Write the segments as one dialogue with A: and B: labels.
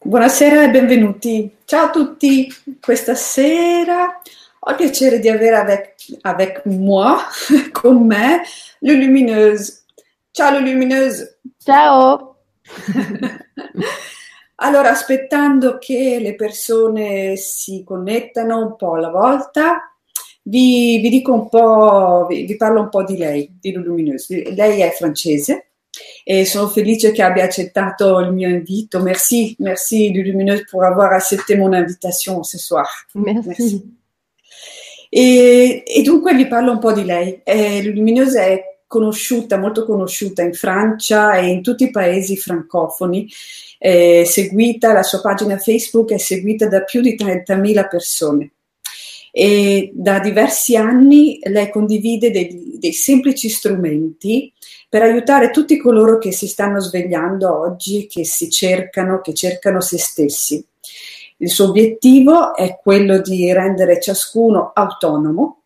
A: Buonasera e benvenuti. Ciao a tutti. Questa sera ho il piacere di avere avec, avec moi, con me, le Lumineuse. Ciao le Lumineuse.
B: Ciao.
A: allora, aspettando che le persone si connettano un po' alla volta, vi, vi dico un po', vi, vi parlo un po' di lei, di Lumineuse. Lei è francese e sono felice che abbia accettato il mio invito. Merci, merci Lumineuse pour avoir accepté mon invitation ce soir.
B: Merci. merci.
A: E, e, dunque vi parlo un po' di lei. Eh, Lumineuse è conosciuta, molto conosciuta in Francia e in tutti i paesi francofoni. Eh, seguita, la sua pagina Facebook è seguita da più di 30.000 persone. E da diversi anni lei condivide dei, dei semplici strumenti per aiutare tutti coloro che si stanno svegliando oggi, che si cercano, che cercano se stessi. Il suo obiettivo è quello di rendere ciascuno autonomo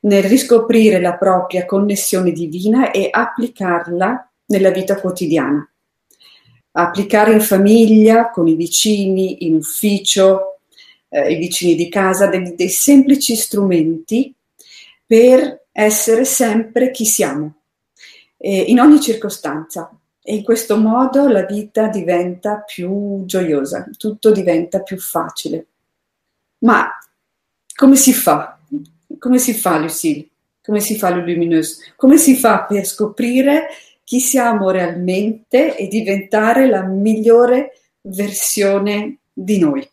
A: nel riscoprire la propria connessione divina e applicarla nella vita quotidiana. Applicare in famiglia, con i vicini, in ufficio, eh, i vicini di casa, dei, dei semplici strumenti per essere sempre chi siamo, in ogni circostanza. E in questo modo la vita diventa più gioiosa, tutto diventa più facile. Ma come si fa? Come si fa, Lucille? Come si fa, Lumineuse? Come si fa per scoprire chi siamo realmente e diventare la migliore versione di noi?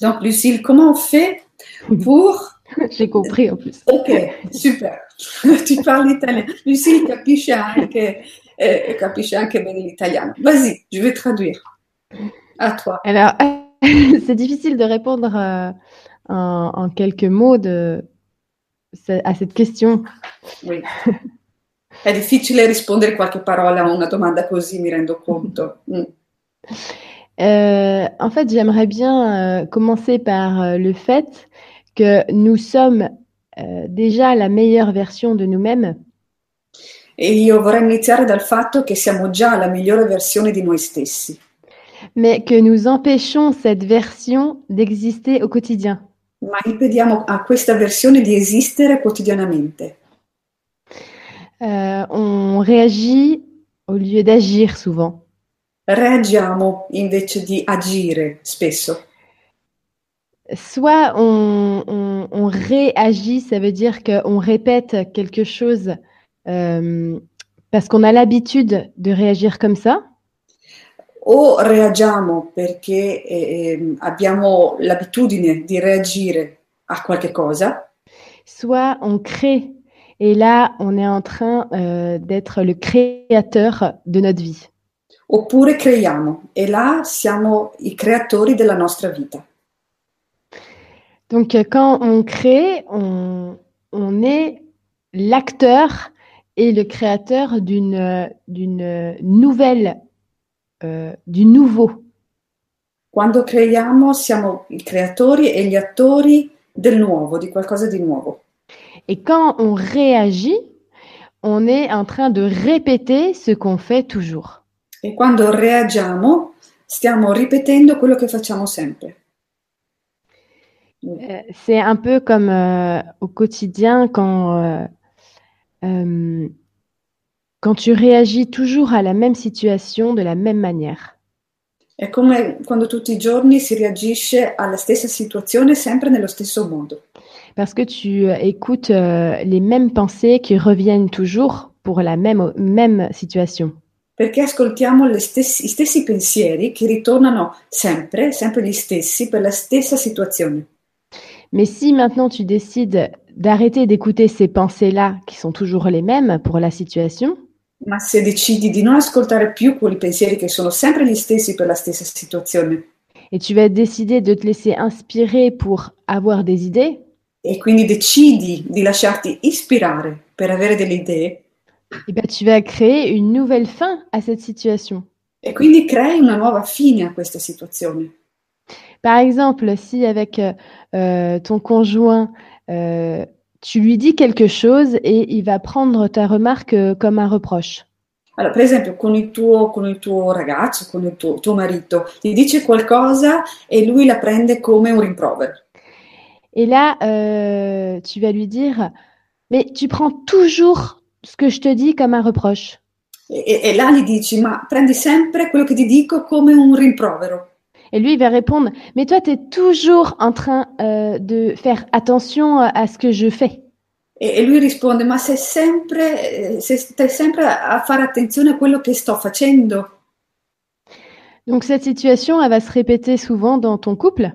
A: Donc, Lucille, comment on fait pour
B: J'ai compris en plus.
A: Ok, super. tu parles italien. Lucie capisce anche, eh, capisce anche bene l'italiano. Vas-y, je vais traduire. À toi.
B: Alors, c'est difficile de répondre euh, en, en, quelques mots de, à cette question.
A: Oui. È difficile rispondere qualche parola a una domanda così, mi rendo conto. Mm.
B: Euh, en fait, j'aimerais bien euh, commencer par euh, le fait que nous sommes euh, déjà la meilleure version de nous-mêmes.
A: E io vorrei iniziare dal fatto che siamo già la migliore versione di noi stessi.
B: Mais que nous empêchons cette version d'exister au quotidien.
A: Ma impediamo a questa versione di esistere quotidianamente.
B: Euh, on réagit au lieu d'agir souvent.
A: Reagiamo invece di agire spesso.
B: soit on, on, on, réagit, ça veut dire qu'on répète quelque chose euh, parce qu'on a l'habitude de réagir comme ça.
A: O reagiamo perché eh, abbiamo l'abitudine di reagire a qualche cosa.
B: Soit on crée, et là on est en train euh, d'être le créateur de notre vie.
A: Oppure creiamo, et là siamo i creatori della nostra vita.
B: Donc, quand on crée, on, on est l'acteur et le créateur d'une, d'une nouvelle, euh, du nouveau.
A: Quando creiamo, siamo i creatori e gli attori del nuovo, di qualcosa di nuovo.
B: Et quand on réagit, on est en train de répéter ce qu'on fait toujours.
A: E quando reagiamo, stiamo ripetendo quello che facciamo sempre.
B: Euh, C'est un peu comme euh, au quotidien quand, euh, euh, quand tu réagis toujours à la même situation de la même manière.
A: È come quando tutti i giorni si reagisce alla stessa situazione sempre nello stesso modo.
B: Parce que tu euh, écoutes euh, les mêmes pensées qui reviennent toujours pour la même, même situation.
A: Perché ascoltiamo stessi, i stessi pensieri che ritornano sempre, sempre gli stessi, per la stessa situazione.
B: Mais si maintenant tu décides d'arrêter d'écouter ces pensées-là qui sont toujours les mêmes pour la situation,
A: ma se decidi di non ascoltare più quei pensieri che sono sempre gli stessi per la stessa situazione
B: et tu vas décider de te laisser inspirer pour avoir des idées,
A: e quindi decidi di lasciarti ispirare per avere delle idee,
B: eh ben, tu vas créer une nouvelle fin à cette situation.
A: e quindi crei una nuova fine a questa situazione.
B: Par exemple, si avec euh, ton conjoint, euh, tu lui dis quelque chose et il va prendre ta remarque euh, comme un reproche.
A: Allora, per esempio, con il tuo, con il tuo ragazzo, con il tuo, tuo marito, ti dice qualcosa e lui la prende come un rimprovero.
B: Et là, euh, tu vas lui dire, mais tu prends toujours ce que je te dis comme un reproche.
A: E, e là gli dici, ma prendi sempre quello che ti dico come un rimprovero.
B: Et lui, il va répondre, mais toi, tu es toujours en train euh, de faire attention à ce que je fais.
A: E, e lui risponde, ma sei sempre, eh, sei- stai sempre a fare attenzione a quello che sto facendo.
B: Donc cette situation, elle va se répéter souvent dans ton couple.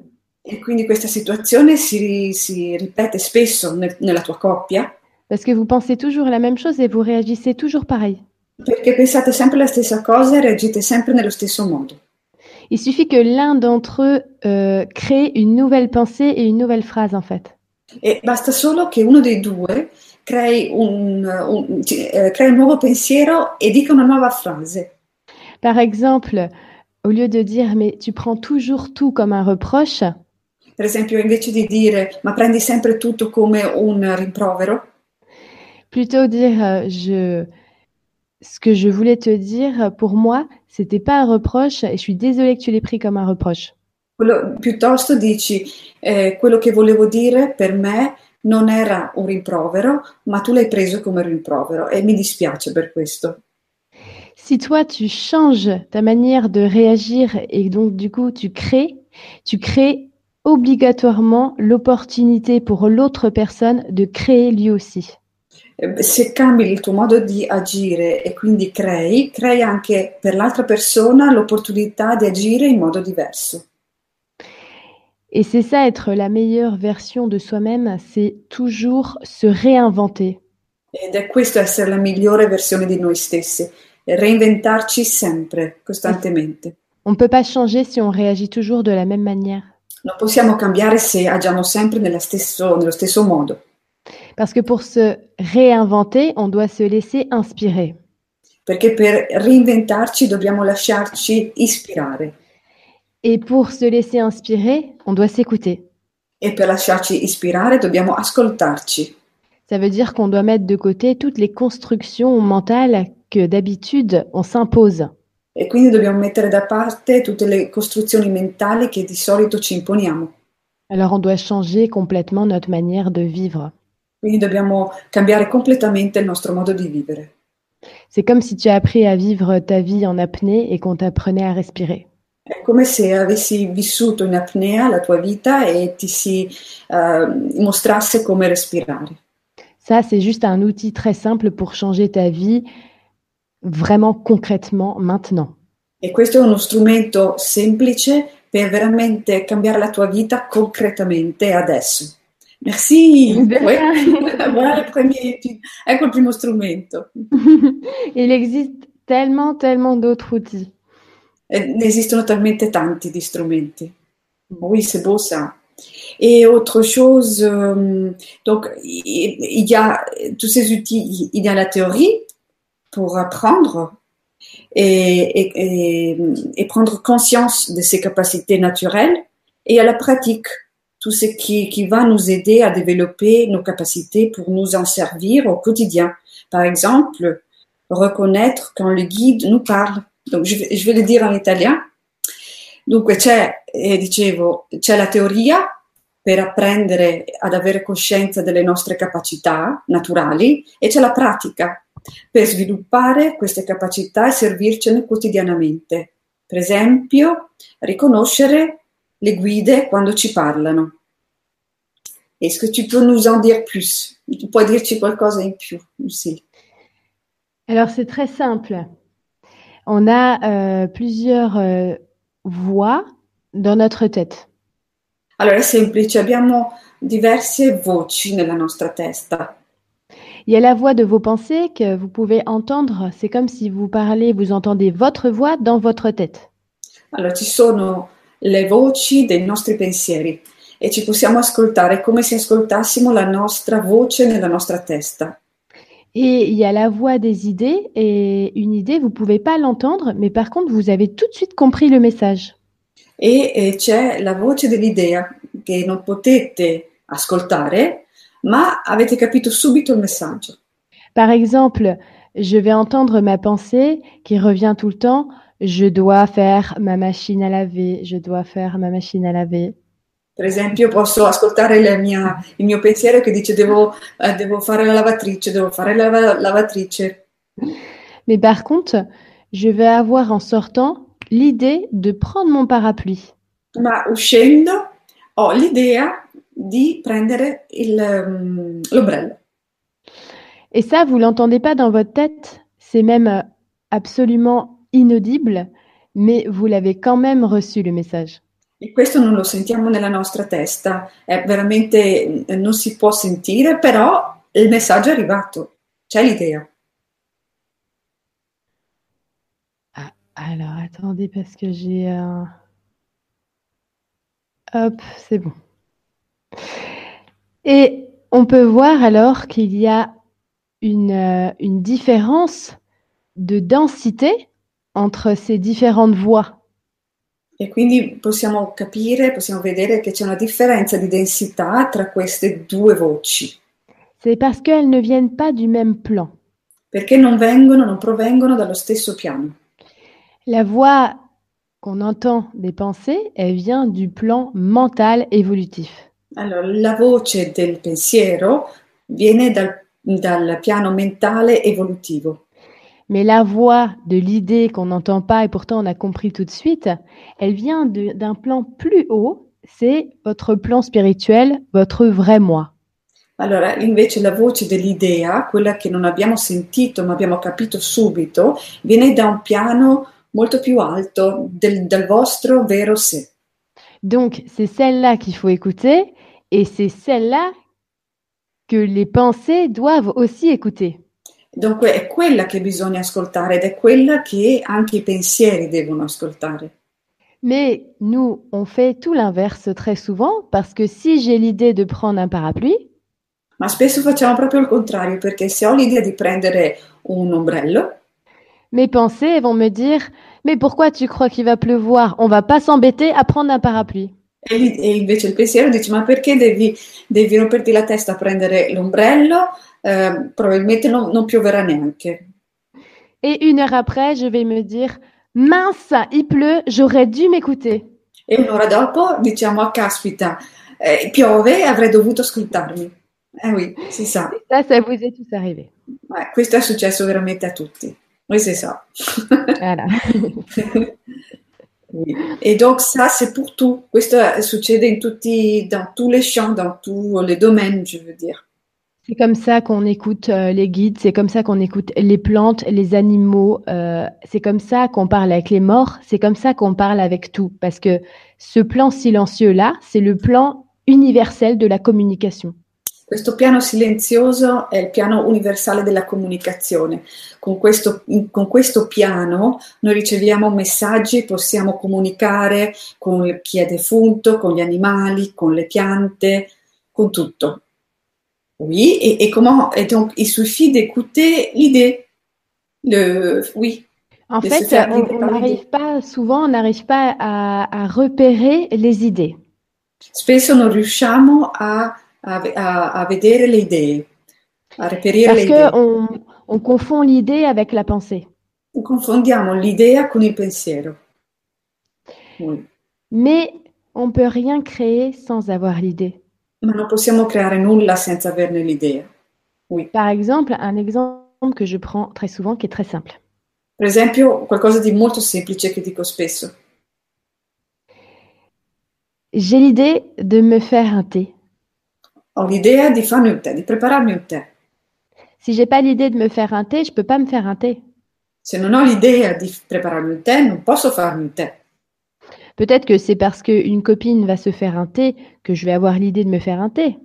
A: E quindi questa situazione si, si ripete spesso nel- nella tua coppia
B: Parce que vous pensez toujours la même chose et vous réagissez toujours pareil.
A: perché pensate sempre la stessa cosa e reagite sempre nello stesso modo.
B: Il suffit que l'un d'entre eux euh, crée une nouvelle pensée et une nouvelle phrase en fait.
A: E basta solo che uno dei due crei un, un- ti- eh, crei un nuovo pensiero e dica una nuova frase.
B: Par exemple, au lieu de dire mais tu prends toujours tout comme un reproche,
A: Per esempio, invece di dire ma prendi sempre tutto come un rimprovero,
B: plutôt dire euh, je ce que je voulais te dire pour moi, c'était pas un reproche et je suis désolée que tu l'aies pris comme un reproche.
A: quello- piuttosto dici eh, quello che volevo dire per me non era un rimprovero, ma tu l'hai preso come rimprovero e mi dispiace per questo.
B: Si toi tu changes ta manière de réagir et donc du coup tu crées, tu crées obligatoirement l'opportunité pour l'autre personne de créer lui aussi.
A: Eh, Se cambi il tuo modo di agire e quindi crei, crei anche per l'altra persona l'opportunità di agire in modo diverso.
B: Et c'est ça, être la meilleure version de soi-même, c'est toujours se réinventer.
A: Ed è questo essere la migliore versione di noi stessi, reinventarci sempre, costantemente.
B: On ne peut pas changer si on réagit toujours de la même manière.
A: Non possiamo cambiare se agiamo sempre nella stesso- nello stesso modo,
B: Parce que pour se réinventer, on doit se laisser inspirer.
A: perché per reinventarci dobbiamo lasciarci ispirare
B: Et pour se laisser inspirer, on doit s'écouter.
A: e per lasciarci ispirare dobbiamo ascoltarci.
B: Ça veut dire qu'on doit mettre de côté toutes les constructions mentales que d'habitude on s'impose.
A: E quindi dobbiamo mettere da parte tutte le costruzioni mentali che di solito ci imponiamo.
B: Alors on doit changer complètement notre manière de vivre.
A: Quindi dobbiamo cambiare completamente il nostro modo di vivere.
B: C'est comme si tu as appris à vivre ta vie en apnée et qu'on t'apprenait à respirer.
A: È come se avessi vissuto in apnea la tua vita e ti si eh, mostrasse come respirare.
B: Ça, c'est juste un outil très simple pour changer ta vie vraiment concrètement maintenant.
A: E questo è uno strumento semplice per veramente cambiare la tua vita concretamente adesso. Merci!
B: De rien.
A: Voilà le premier- ecco il primo strumento.
B: Il existe tellement, tellement d'autres outils.
A: Eh, Ne esistono talmente tanti di strumenti. Oui, c'est beau ça. Et autre chose, euh, donc il il y a tous ces outils, il y a la théorie pour apprendre et, et- et- et prendre conscience de ses capacités naturelles et à la pratique, tout ce qui, qui va nous aider à développer nos capacités pour nous en servir au quotidien. Par exemple, reconnaître quand le guide nous parle. Donc je, vais- je vais le dire en italien. Dunque c'è, eh, dicevo, c'è la teoria per apprendere ad avere coscienza delle nostre capacità naturali e c'è la pratica per sviluppare queste capacità e servircene quotidianamente. Per esempio, riconoscere le guide quando ci parlano. Est-ce que tu peux nous en dire plus? Tu puoi dirci qualcosa in più, Lucille?
B: Alors, c'est très simple. On a euh, plusieurs euh, voix dans notre tête.
A: Allora, è semplice, abbiamo diverse voci nella nostra testa.
B: Il y a la voix de vos pensées que vous pouvez entendre. C'est comme si vous parlez, vous entendez votre voix dans votre tête.
A: Allora, ci sono le voci dei nostri pensieri e ci possiamo ascoltare come se ascoltassimo la nostra voce nella nostra testa.
B: Et il y a la voix des idées. Et une idée, vous pouvez pas l'entendre, mais par contre, vous avez tout de suite compris le message.
A: E, eh, c'è la voce dell'idea che non potete ascoltare, ma avete capito subito il messaggio.
B: Par exemple, je vais entendre ma pensée qui revient tout le temps. Je dois faire ma machine à laver, je dois faire ma machine à laver.
A: Per esempio, posso ascoltare la mia- il mio pensiero che dice devo, eh, devo fare la lavatrice, devo fare la lava- lavatrice.
B: Mais par contre, je vais avoir en sortant l'idée de prendre mon parapluie.
A: Ma uscendo ho l'idea di prendere il, ehm, l'ombrello.
B: Et ça, vous l'entendez pas dans votre tête. C'est même euh, absolument inaudible, mais vous l'avez quand même reçu le message.
A: E questo non lo sentiamo nella nostra testa, è veramente eh, non si può sentire, però il messaggio è arrivato, c'è l'idea.
B: Alors, attendez parce que j'ai un... Hop, c'est bon. Et on peut voir alors qu'il y a une, euh, une différence de densité entre ces différentes voix.
A: E quindi possiamo capire, possiamo vedere che c'è una differenza di densità tra queste due voci,
B: C'est parce qu'elles ne viennent pas du même plan.
A: perché non vengono, non provengono dallo stesso piano.
B: La voix qu'on entend des pensées, elle vient du plan mental évolutif.
A: Allora, la voce del pensiero viene dal, dal piano mentale evolutivo,
B: Mais la voix de l'idée qu'on n'entend pas et pourtant on a compris tout de suite, elle vient de- d'un plan plus haut, c'est votre plan spirituel, votre vrai moi.
A: Allora, invece la voce dell'idea, quella che non abbiamo sentito ma abbiamo capito subito, viene da un piano molto più alto del, del vostro vero sé.
B: Donc c'est celle-là qu'il faut écouter et c'est celle-là que les pensées doivent aussi écouter.
A: Dunque è quella che bisogna ascoltare ed è quella che anche i pensieri devono ascoltare.
B: Mais nous, on fait tout l'inverse très souvent parce que si j'ai l'idée de prendre un parapluie,
A: Ma spesso facciamo proprio il contrario, perché se ho l'idea di prendere un ombrello,
B: Mes pensées elles vont me dire Mais pourquoi tu crois qu'il va pleuvoir On va pas s'embêter à prendre un parapluie.
A: E, lì- e invece il pensiero dice: Ma perché devi, devi romperti la testa a prendere l'ombrello? Eh, probabilmente non, non pioverà neanche.
B: Et une heure après, je vais me dire Mince, il pleut, j'aurais dû m'écouter.
A: E un'ora dopo diciamo: Ah, caspita, eh, piove, avrei dovuto ascoltarmi. Eh oui, si sa,
B: Ça, ça vous est tous arrivé.
A: Ma questo è successo veramente a tutti. Oui, c'est ça.
B: Voilà.
A: Oui. Et donc, ça, c'est pour tout. Questo eh, succede in tutti, dans tous les champs, dans tous les domaines, je veux dire.
B: C'est comme ça qu'on écoute euh, les guides, c'est comme ça qu'on écoute les plantes, les animaux, euh, c'est comme ça qu'on parle avec les morts, c'est comme ça qu'on parle avec tout. Parce que ce plan silencieux-là, c'est le plan universel de la communication.
A: Questo piano silenzioso è il piano universale della comunicazione. Con questo, in- con questo piano noi riceviamo messaggi, possiamo comunicare con chi è defunto, con gli animali, con le piante, con tutto. Oui, et, et comment et donc il suffit d'écouter l'idée. Le oui,
B: En
A: de se
B: fait,
A: faire
B: on-
A: guider
B: on
A: par
B: n'arrive
A: l'idée.
B: pas souvent, on n'arrive pas à, à repérer les idées.
A: spesso non riusciamo a, a- a- a vedere le idee, a reperire
B: Parce
A: le idee.
B: que on, on confond l'idée avec la pensée.
A: Confondiamo l'idea con il pensiero. Mm.
B: Mais on peut rien créer sans avoir l'idée.
A: Ma non possiamo creare nulla senza averne l'idea.
B: Par exemple, un exemple que je prends très souvent qui est très simple.
A: Per esempio, qualcosa di molto semplice che dico spesso.
B: J'ai l'idée de me faire un thé.
A: Ho l'idea di farmi un tè, di prepararmi un tè.
B: Si j'ai pas l'idée de me faire un thé, je peux pas me faire un thé.
A: Se non ho l'idea di prepararmi un tè, non posso farmi un tè.
B: Peut-être que c'est parce qu'une copine va se faire un thé que je vais avoir l'idée de me faire un thé.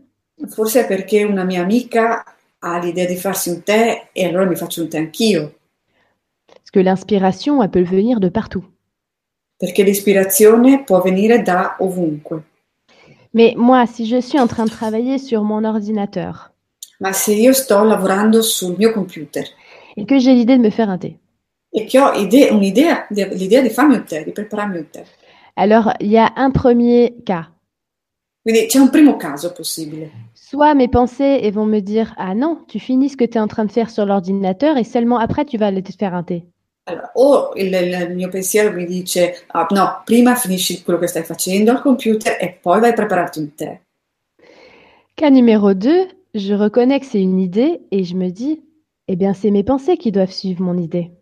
A: Forse è perché una mia amica ha l'idea di farsi un tè e allora mi faccio un tè anch'io.
B: Parce que l'inspiration, elle peut venir de partout.
A: Perché l'ispirazione può venire da ovunque.
B: Mais moi, si je suis en train de travailler sur mon ordinateur
A: Ma se io sto lavorando sul mio computer
B: et que j'ai l'idée de me faire un thé,
A: e che ho ide- un'idea, l'idea di farmi un tè, di prepararmi un tè.
B: alors il y a un premier cas
A: Quindi c'è un primo caso possibile.
B: Soit mes pensées et vont me dire Ah non, tu finis ce que tu es en train de faire sur l'ordinateur et seulement après tu vas aller te faire un thé.
A: Allora, o il, il mio pensiero mi dice, ah, no, prima finisci quello che stai facendo al computer e poi vai a prepararti un tè.
B: Cas numéro 2, je reconnais que c'est une idée et je me dis Eh bien, c'est mes pensées qui doivent suivre mon idée.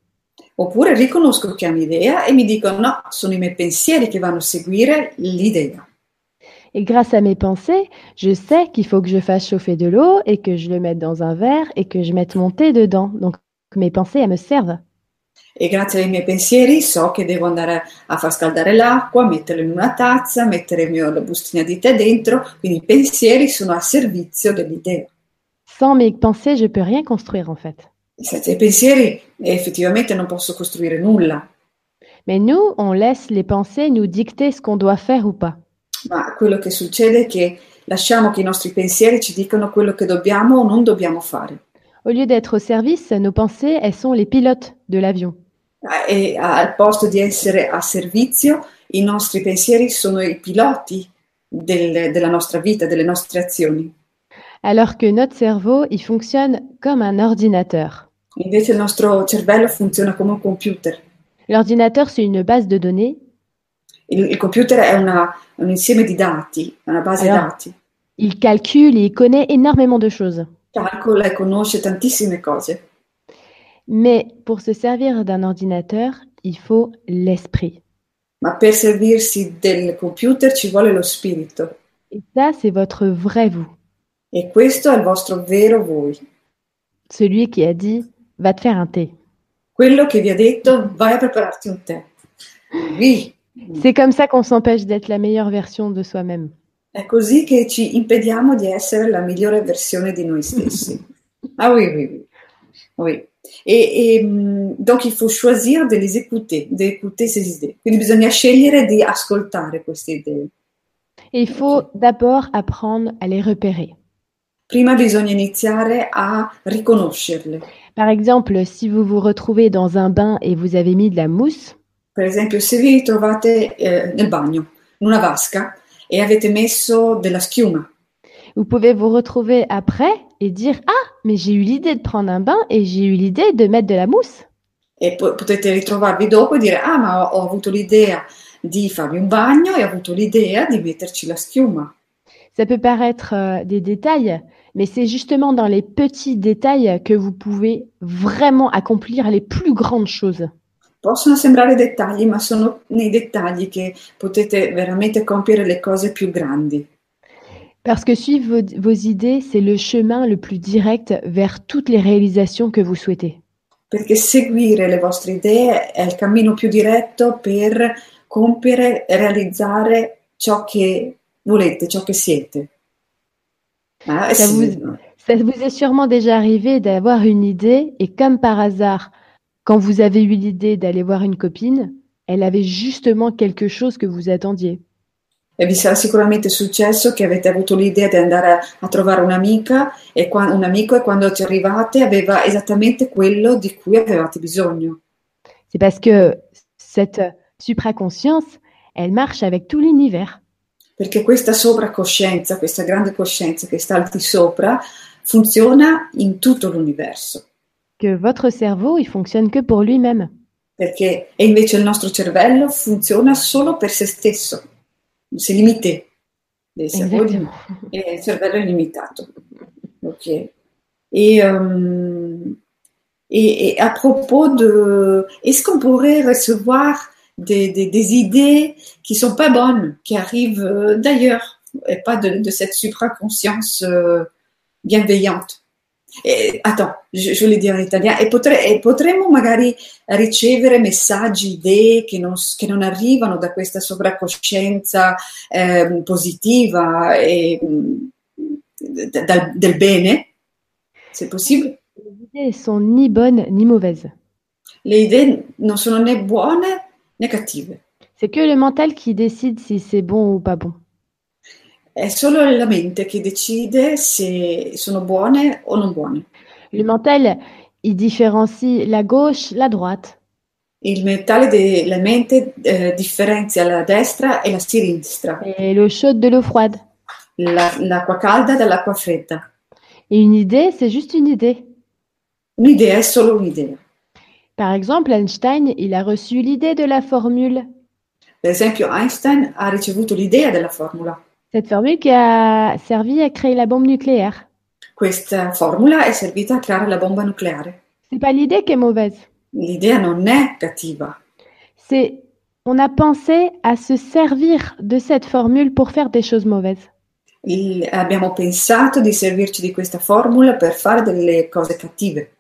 A: Oppure riconosco che è un'idea e mi dico, no, sono i miei pensieri che vanno a seguire l'idea.
B: Et grâce à mes pensées, je sais qu'il faut que je fasse chauffer de l'eau et que je le mette dans un verre et que je mette mon thé dedans. Donc, mes pensées, elles me servent.
A: E grazie ai miei pensieri so che devo andare a far scaldare l'acqua, metterla in una tazza, mettere il mio- la bustina di tè dentro, quindi i pensieri sono a servizio dell'idea.
B: Sans mes pensées, je peux rien construire en fait.
A: Senza i pensieri eh, effettivamente non posso costruire nulla,
B: Mais nous, on laisse les pensées nous dicter ce qu'on doit faire ou pas.
A: ma quello che succede è che lasciamo che i nostri pensieri ci dicano quello che dobbiamo o non dobbiamo fare.
B: Au lieu d'être au service, nos pensées, elles sont les pilotes de l'avion.
A: Ah, E al posto di essere a servizio, i nostri pensieri sono i piloti del- della nostra vita, delle nostre azioni.
B: Alors que notre cerveau, il fonctionne comme un ordinateur.
A: Invece il nostro cervello funziona come un computer.
B: L'ordinateur, c'est une base de données.
A: Il, il computer è una- un insieme di dati, è una base
B: Allora.
A: dati.
B: Il calcule et il connaît énormément de choses.
A: Calcola e conosce tantissime cose.
B: Mais pour se servir d'un ordinateur, il faut l'esprit.
A: Ma per servirsi del computer ci vuole lo spirito.
B: Et ça, c'est votre vrai vous.
A: E questo è il vostro vero voi.
B: Celui qui a dit, va te faire un thé.
A: Quello che vi ha detto, vai a prepararti un tè. Lui.
B: C'est comme ça qu'on s'empêche d'être la meilleure version de soi-même.
A: È così che ci impediamo di essere la migliore versione di noi stessi. Ah oui, oui, oui. Oui. E, e, mh, donc il faut choisir de les écouter, d'écouter ces idées. Quindi bisogna scegliere di ascoltare queste idee.
B: Et il faut d'abord apprendre à les repérer.
A: Prima bisogna iniziare a riconoscerle.
B: Par exemple, si vous vous retrouvez dans un bain et vous avez mis de la mousse,
A: Per esempio, se vi trovate eh, nel bagno, in una vasca, e avete messo della schiuma,
B: vous pouvez vous retrouver après et dire Ah, mais j'ai eu l'idée de prendre un bain et j'ai eu l'idée de mettre de la mousse.
A: e po- potete ritrovarvi dopo e dire: Ah, ma ho, ho avuto l'idea di farmi un bagno e ho avuto l'idea di metterci la schiuma.
B: Ça peut paraître euh, des détails, mais c'est justement dans les petits détails que vous pouvez vraiment accomplir les plus grandes choses.
A: Possono sembrare dettagli, ma sono nei dettagli che potete veramente compiere le cose più grandi.
B: Parce que suivre vos, vos idées, c'est le chemin le plus direct vers toutes les réalisations que vous souhaitez.
A: Perché seguire le vostre idee è il cammino più diretto per compiere e realizzare ciò che volete, ciò che siete. Ah, eh
B: Ça
A: sì,
B: vous- Ça vous est sûrement déjà arrivé d'avoir une idée et comme par hasard, quand vous avez eu l'idée d'aller voir une copine, elle avait justement quelque chose que vous attendiez.
A: E vi sarà sicuramente successo che avete avuto l'idea di andare a, a trovare un'amica e qua- un amico e quando ci arrivate aveva esattamente quello di cui avevate bisogno.
B: C'est parce que cette supraconscience, elle marche avec tout l'univers.
A: Perché questa sovracoscienza, questa grande coscienza che sta al di sopra, funziona in tutto l'universo.
B: que votre cerveau, il fonctionne que pour lui-même.
A: perché e invece il nostro cervello funziona solo per se stesso, se limite. Il cervello,
B: Exactement.
A: è- il cervello è limitato. Ok. E, Et, euh, et, et à e, propos de, est-ce qu'on pourrait recevoir des, des, des idées qui sont pas bonnes, qui arrivent euh, d'ailleurs, et pas de, de cette supraconscience euh, bienveillante Eh, Attends, je, je voulais dire en italien. E, potre- e potremmo magari ricevere messaggi, idee che non, s- che non arrivano da questa sovraccoscienza ehm, positiva e, mh, d- dal- del bene, se possibile.
B: Les idées sont ni bonnes ni mauvaises.
A: le idee non sono né buone né cattive,
B: C'est que le mental qui décide si c'est bon ou pas bon.
A: è solo la mente che decide se sono buone o non buone.
B: Le mental, il différencie la gauche, la droite.
A: Il mentale della mente eh, differenzia la destra e la sinistra,
B: Et l'eau chaude de l'eau froide.
A: la- l'acqua calda dall'acqua fredda.
B: Et une idée, c'est juste une idée.
A: Un'idea è solo un'idea.
B: Par exemple, Einstein, il a reçu l'idée de la formule.
A: Per esempio, Einstein ha ricevuto l'idea della formula.
B: Cette formule qui a servi à créer la bombe nucléaire.
A: Questa formula è servita a creare la bomba nucleare.
B: C'est pas l'idée qui est mauvaise.
A: L'idea non è cattiva,
B: C'est on a pensé à se servir de cette formule pour faire des choses mauvaises.
A: Il- abbiamo pensato di servirci di questa formula per fare delle cose cattive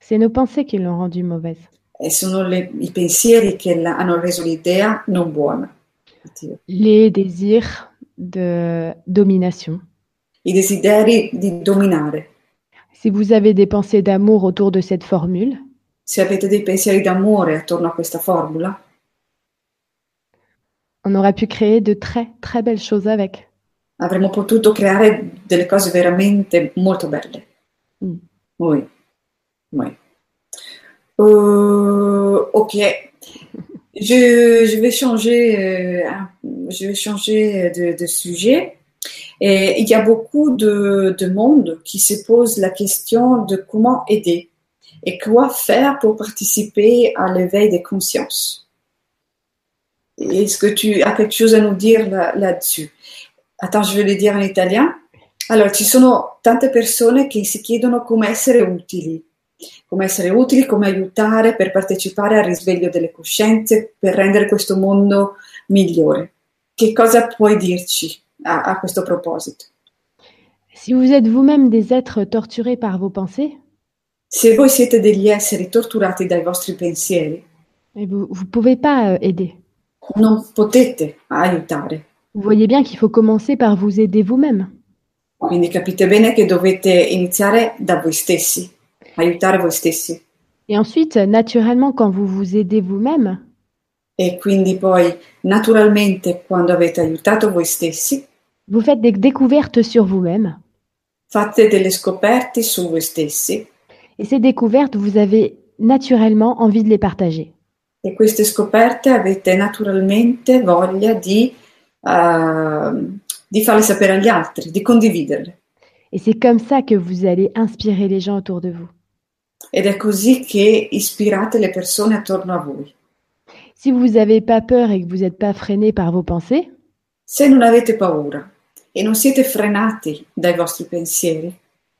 B: C'est nos pensées qui l'ont rendue mauvaise.
A: e sono le- i pensieri che la- hanno reso l'idea non buona. cattiva.
B: Les désirs de domination.
A: I desideri di dominare.
B: Si vous avez des pensées d'amour autour de cette formule,
A: Se avete dei pensieri d'amore attorno a questa formula,
B: on aurait pu créer de très très belles choses avec.
A: avremmo potuto creare delle cose veramente molto belle.
B: Mm.
A: Oui. Oui. Euh, ok. Je, je vais changer, euh, un- je vais changer de, de sujet. Et il y a beaucoup de, de monde qui se pose la question de comment aider et quoi faire pour participer à l'éveil des consciences. Est-ce que tu as quelque chose à nous dire là- là-dessus? Attends, je vais le dire in italiano. Allora, ci sono tante persone che si chiedono come essere utili, come essere utili, come aiutare per partecipare al risveglio delle coscienze, per rendere questo mondo migliore. Che cosa puoi dirci a, a questo proposito?
B: Si vous êtes vous-même des êtres torturés par vos pensées,
A: Se voi siete degli esseri torturati dai vostri pensieri,
B: et eh vous ne pouvez pas euh, aider.
A: non potete aiutare.
B: Vous voyez bien qu'il faut commencer par vous aider vous-même.
A: Quindi capite bene che dovete iniziare da voi stessi, aiutare voi stessi.
B: Et ensuite, naturellement, quand vous vous aidez vous-même,
A: E quindi poi, naturalmente, quando avete aiutato voi stessi,
B: vous faites des découvertes sur vous-même.
A: fate delle scoperte su voi stessi
B: Et ces découvertes, vous avez naturellement envie de les partager.
A: e queste scoperte avete naturalmente voglia di, ehm, di farle sapere agli altri, di condividerle.
B: Et c'est comme ça que vous allez inspirer les gens autour de vous.
A: Ed è così che ispirate le persone attorno a voi.
B: Si vous n'avez pas peur et que vous n'êtes pas freiné par vos pensées,
A: Se non avete paura e non siete frenati dai vostri pensieri,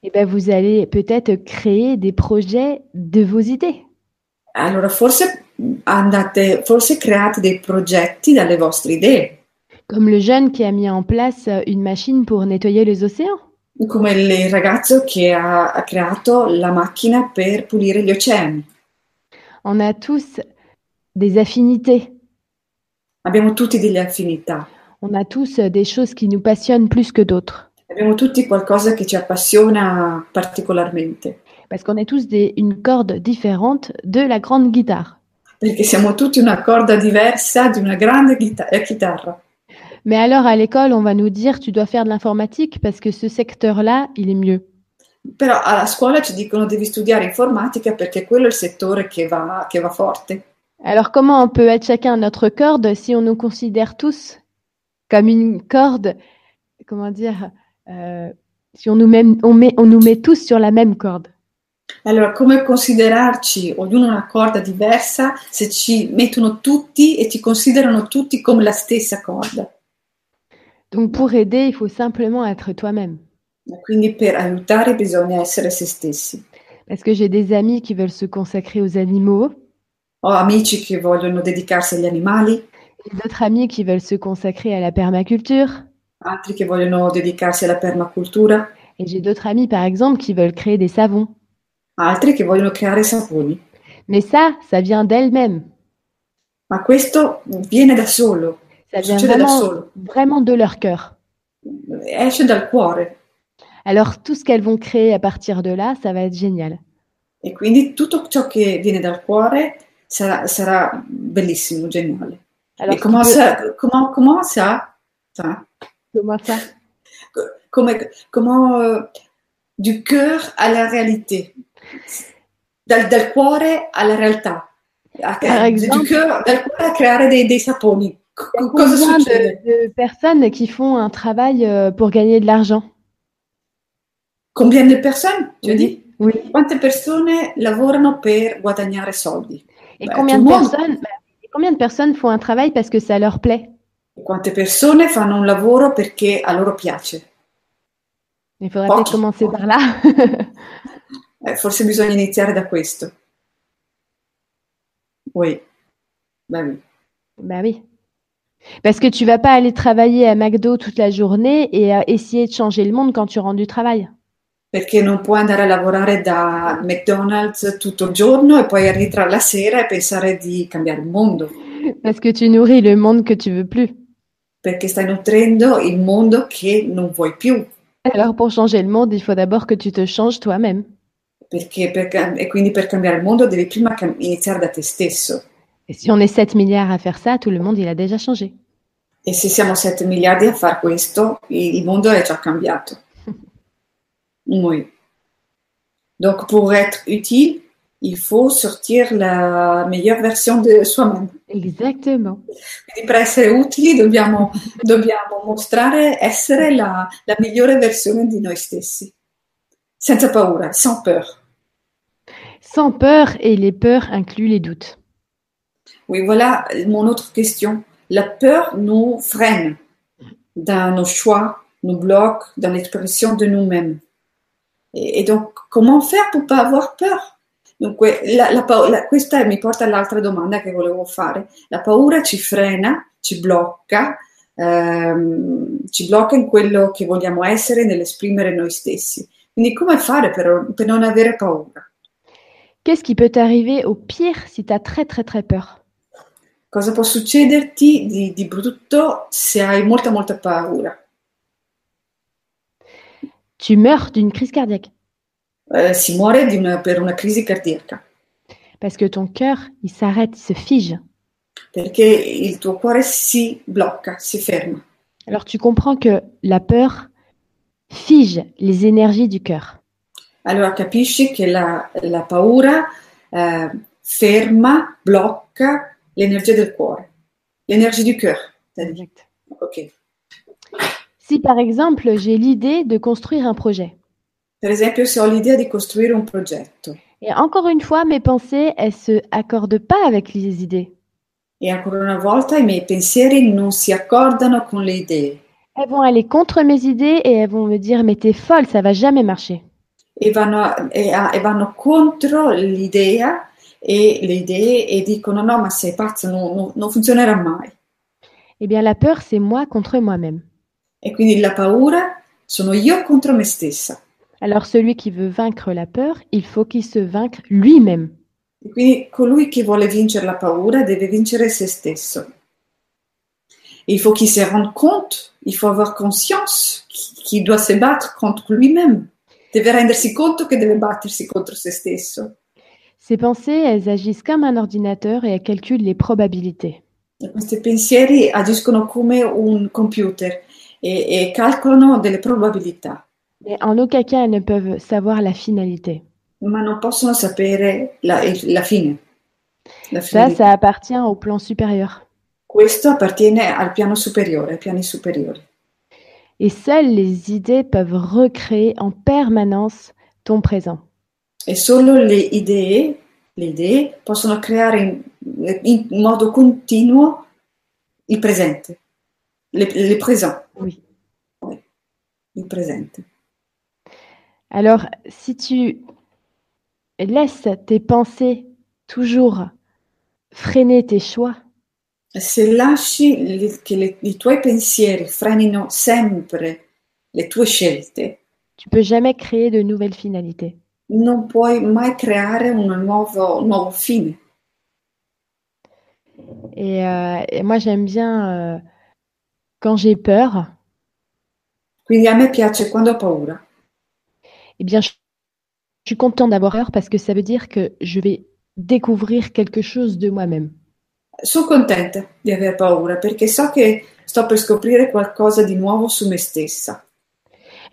B: eh ben vous allez peut-être créer des projets de vos idées.
A: allora forse andate, forse create dei progetti dalle vostre idee.
B: Comme le jeune qui a mis en place euh, une machine pour nettoyer les océans.
A: come il ragazzo che ha, ha creato la macchina per pulire gli oceani.
B: On a tous des affinités.
A: Abbiamo tutti delle affinità,
B: On a tous euh, des choses qui nous passionnent plus que d'autres.
A: abbiamo tutti qualcosa che ci appassiona particolarmente,
B: Parce qu'on est tous des- une corde différente de la grande guitare.
A: perché siamo tutti una corda diversa di una grande chita- eh, chitarra.
B: Mais alors à l'école, on va nous dire tu dois faire de l'informatique parce que ce secteur-là, il est mieux.
A: Però alla scuola ci dicono devi studiare informatica perché quello è il settore che va, che va forte.
B: Alors comment on peut être chacun à notre corde si on nous considère tous comme une corde Comment dire euh, Si on nous, met, on, met, on nous met tous sur la même corde.
A: Allora, come considerarci ognuno una corda diversa se ci mettono tutti e ci considerano tutti come la stessa corda?
B: Donc pour aider, il faut simplement être toi-même.
A: Quindi per aiutare bisogna essere se stessi.
B: Parce que j'ai des amis qui veulent se consacrer aux animaux,
A: Ho amici che vogliono dedicarsi agli animali,
B: et d'autres amis qui veulent se consacrer à la permaculture,
A: altri che vogliono dedicarsi alla permacultura,
B: et j'ai d'autres amis par exemple qui veulent créer des savons.
A: altri che vogliono creare saponi.
B: Mais ça, ça vient d'elles-mêmes.
A: Ma questo viene da solo,
B: Ça vient
A: succede da
B: vraiment,
A: solo,
B: vraiment de leur cœur.
A: esce dal cuore.
B: Alors tout ce qu'elles vont créer à partir de là, ça va être génial.
A: E quindi tutto ciò che viene dal cuore sarà, sarà bellissimo, geniale.
B: Alors,
A: e come
B: ce qui peut-
A: sa, come, come sa, sa-
B: comment ça
A: come, come, eh, du cœur alla realtà, dal, dal cuore alla realtà, A-
B: Per
A: du
B: esempio-
A: cœur- dal cuore a creare dei, dei saponi.
B: Il y a combien de, de, personnes qui font un travail euh, pour gagner de l'argent
A: Combien de personnes, tu oui. dis
B: Oui.
A: cioè Quante persone lavorano per guadagnare soldi
B: Et bah, combien, de personnes, bah, combien de personnes font un travail parce que ça leur plaît
A: Quante persone fanno un lavoro perché a loro piace
B: Il faudrait peut-être commencer par là.
A: eh, forse bisogna iniziare da questo. Oui. Bah oui.
B: Bah oui. Parce que tu vas pas aller travailler à McDo toute la journée et à essayer de changer le monde quand tu rentres du travail.
A: Perché non puoi andare a lavorare da McDonald's tutto il giorno e poi arrivare alla sera e pensare di cambiare il mondo.
B: Parce que tu nourris le monde que tu veux plus.
A: Perché stai nutrendo il mondo che non vuoi più.
B: Alors pour changer le monde, il faut d'abord que tu te changes toi-même.
A: Perché per, e quindi per cambiare il mondo devi prima iniziare da te stesso.
B: Et si on est 7 milliards à faire ça, tout le monde il a déjà changé.
A: Et si siamo 7 miliardi a fare questo, il mondo è già cambiato. oui. Donc pour être utile, il faut sortir la meilleure version de soi-même.
B: Exactement.
A: Quindi per essere utili dobbiamo, dobbiamo mostrare essere la, la migliore versione di noi stessi, senza paura, sans peur.
B: Sans peur et les peurs incluent les doutes.
A: Oui, voilà mon autre question. La peur nous freine dans nos choix, nous bloque dans l'expression de nous-mêmes. Et, et, donc, comment faire pour pas avoir peur Dunque, la, la, la, questa mi porta all'altra domanda che volevo fare. La paura ci frena, ci blocca, ehm, ci blocca in quello che vogliamo essere, nell'esprimere noi stessi. Quindi come fare per, per non avere paura?
B: Qu'est-ce qui peut t'arriver au pire si tu as très très très peur
A: cosa può succederti di, di, brutto se hai molta molta paura?
B: Tu meurs d'une crise cardiaque.
A: Eh, si muore una, per una crisi cardiaca.
B: Parce que ton cœur, il s'arrête, il se fige.
A: Perché il tuo cuore si blocca, si ferma.
B: Alors tu comprends que la peur fige les énergies du cœur.
A: Allora capisci che la, la paura eh, ferma, blocca l'énergie du corps, l'énergie du cœur.
B: Exact.
A: Ok.
B: Si par exemple j'ai l'idée de construire un projet.
A: Par exemple, si ho l'idée de construire un projet.
B: Et encore une fois, mes pensées, elles se accordent pas avec les idées.
A: Et encore une volta, i miei pensieri non si accordano con le idee.
B: Elles vont aller contre mes idées et elles vont me dire mais t'es folle, ça va jamais marcher.
A: Et vanno, e, e vanno contro l'idea et les idées et dicono no ma sei pazza non, non, non funzionerà mai
B: eh bien la peur c'est moi contre moi-même
A: et quindi la paura sono io contro me stessa
B: alors celui qui veut vaincre la peur il faut qu'il se vainque lui-même
A: e quindi colui che vuole vincere la paura deve vincere se stesso et il faut qu'il se rende compte il faut avoir conscience qu'il doit se battre contre lui-même deve rendersi conto che deve battersi contro se stesso
B: Ces pensées, elles agissent comme un ordinateur et elles calculent les probabilités.
A: Questi pensieri agiscono come un computer e, e calcolano delle probabilità.
B: Mais en aucun cas, elles ne peuvent savoir la finalité.
A: Ma non possono sapere la, la fine.
B: La ça, ça appartient au plan supérieur.
A: Questo appartiene al piano superiore, ai piani superiori.
B: Et seules les idées peuvent recréer en permanence ton présent.
A: e solo le idee, le idee possono creare in, in, modo continuo il presente, le, le présent.
B: Oui.
A: oui. Il presente.
B: Alors, si tu laisses tes pensées toujours freiner tes choix,
A: se lasci le, che le, i tuoi pensieri frenino sempre le tue scelte,
B: tu peux jamais créer de nouvelles finalités.
A: non puoi mai creare un nuovo, nuovo fine.
B: Et, euh, et moi j'aime bien euh, quand j'ai peur.
A: Quindi a me piace quando ho paura.
B: Eh bien, je, je suis contente d'avoir peur parce que ça veut dire que je vais découvrir quelque chose de moi-même.
A: Sono contenta di aver paura perché so che sto per scoprire qualcosa di nuovo su me stessa.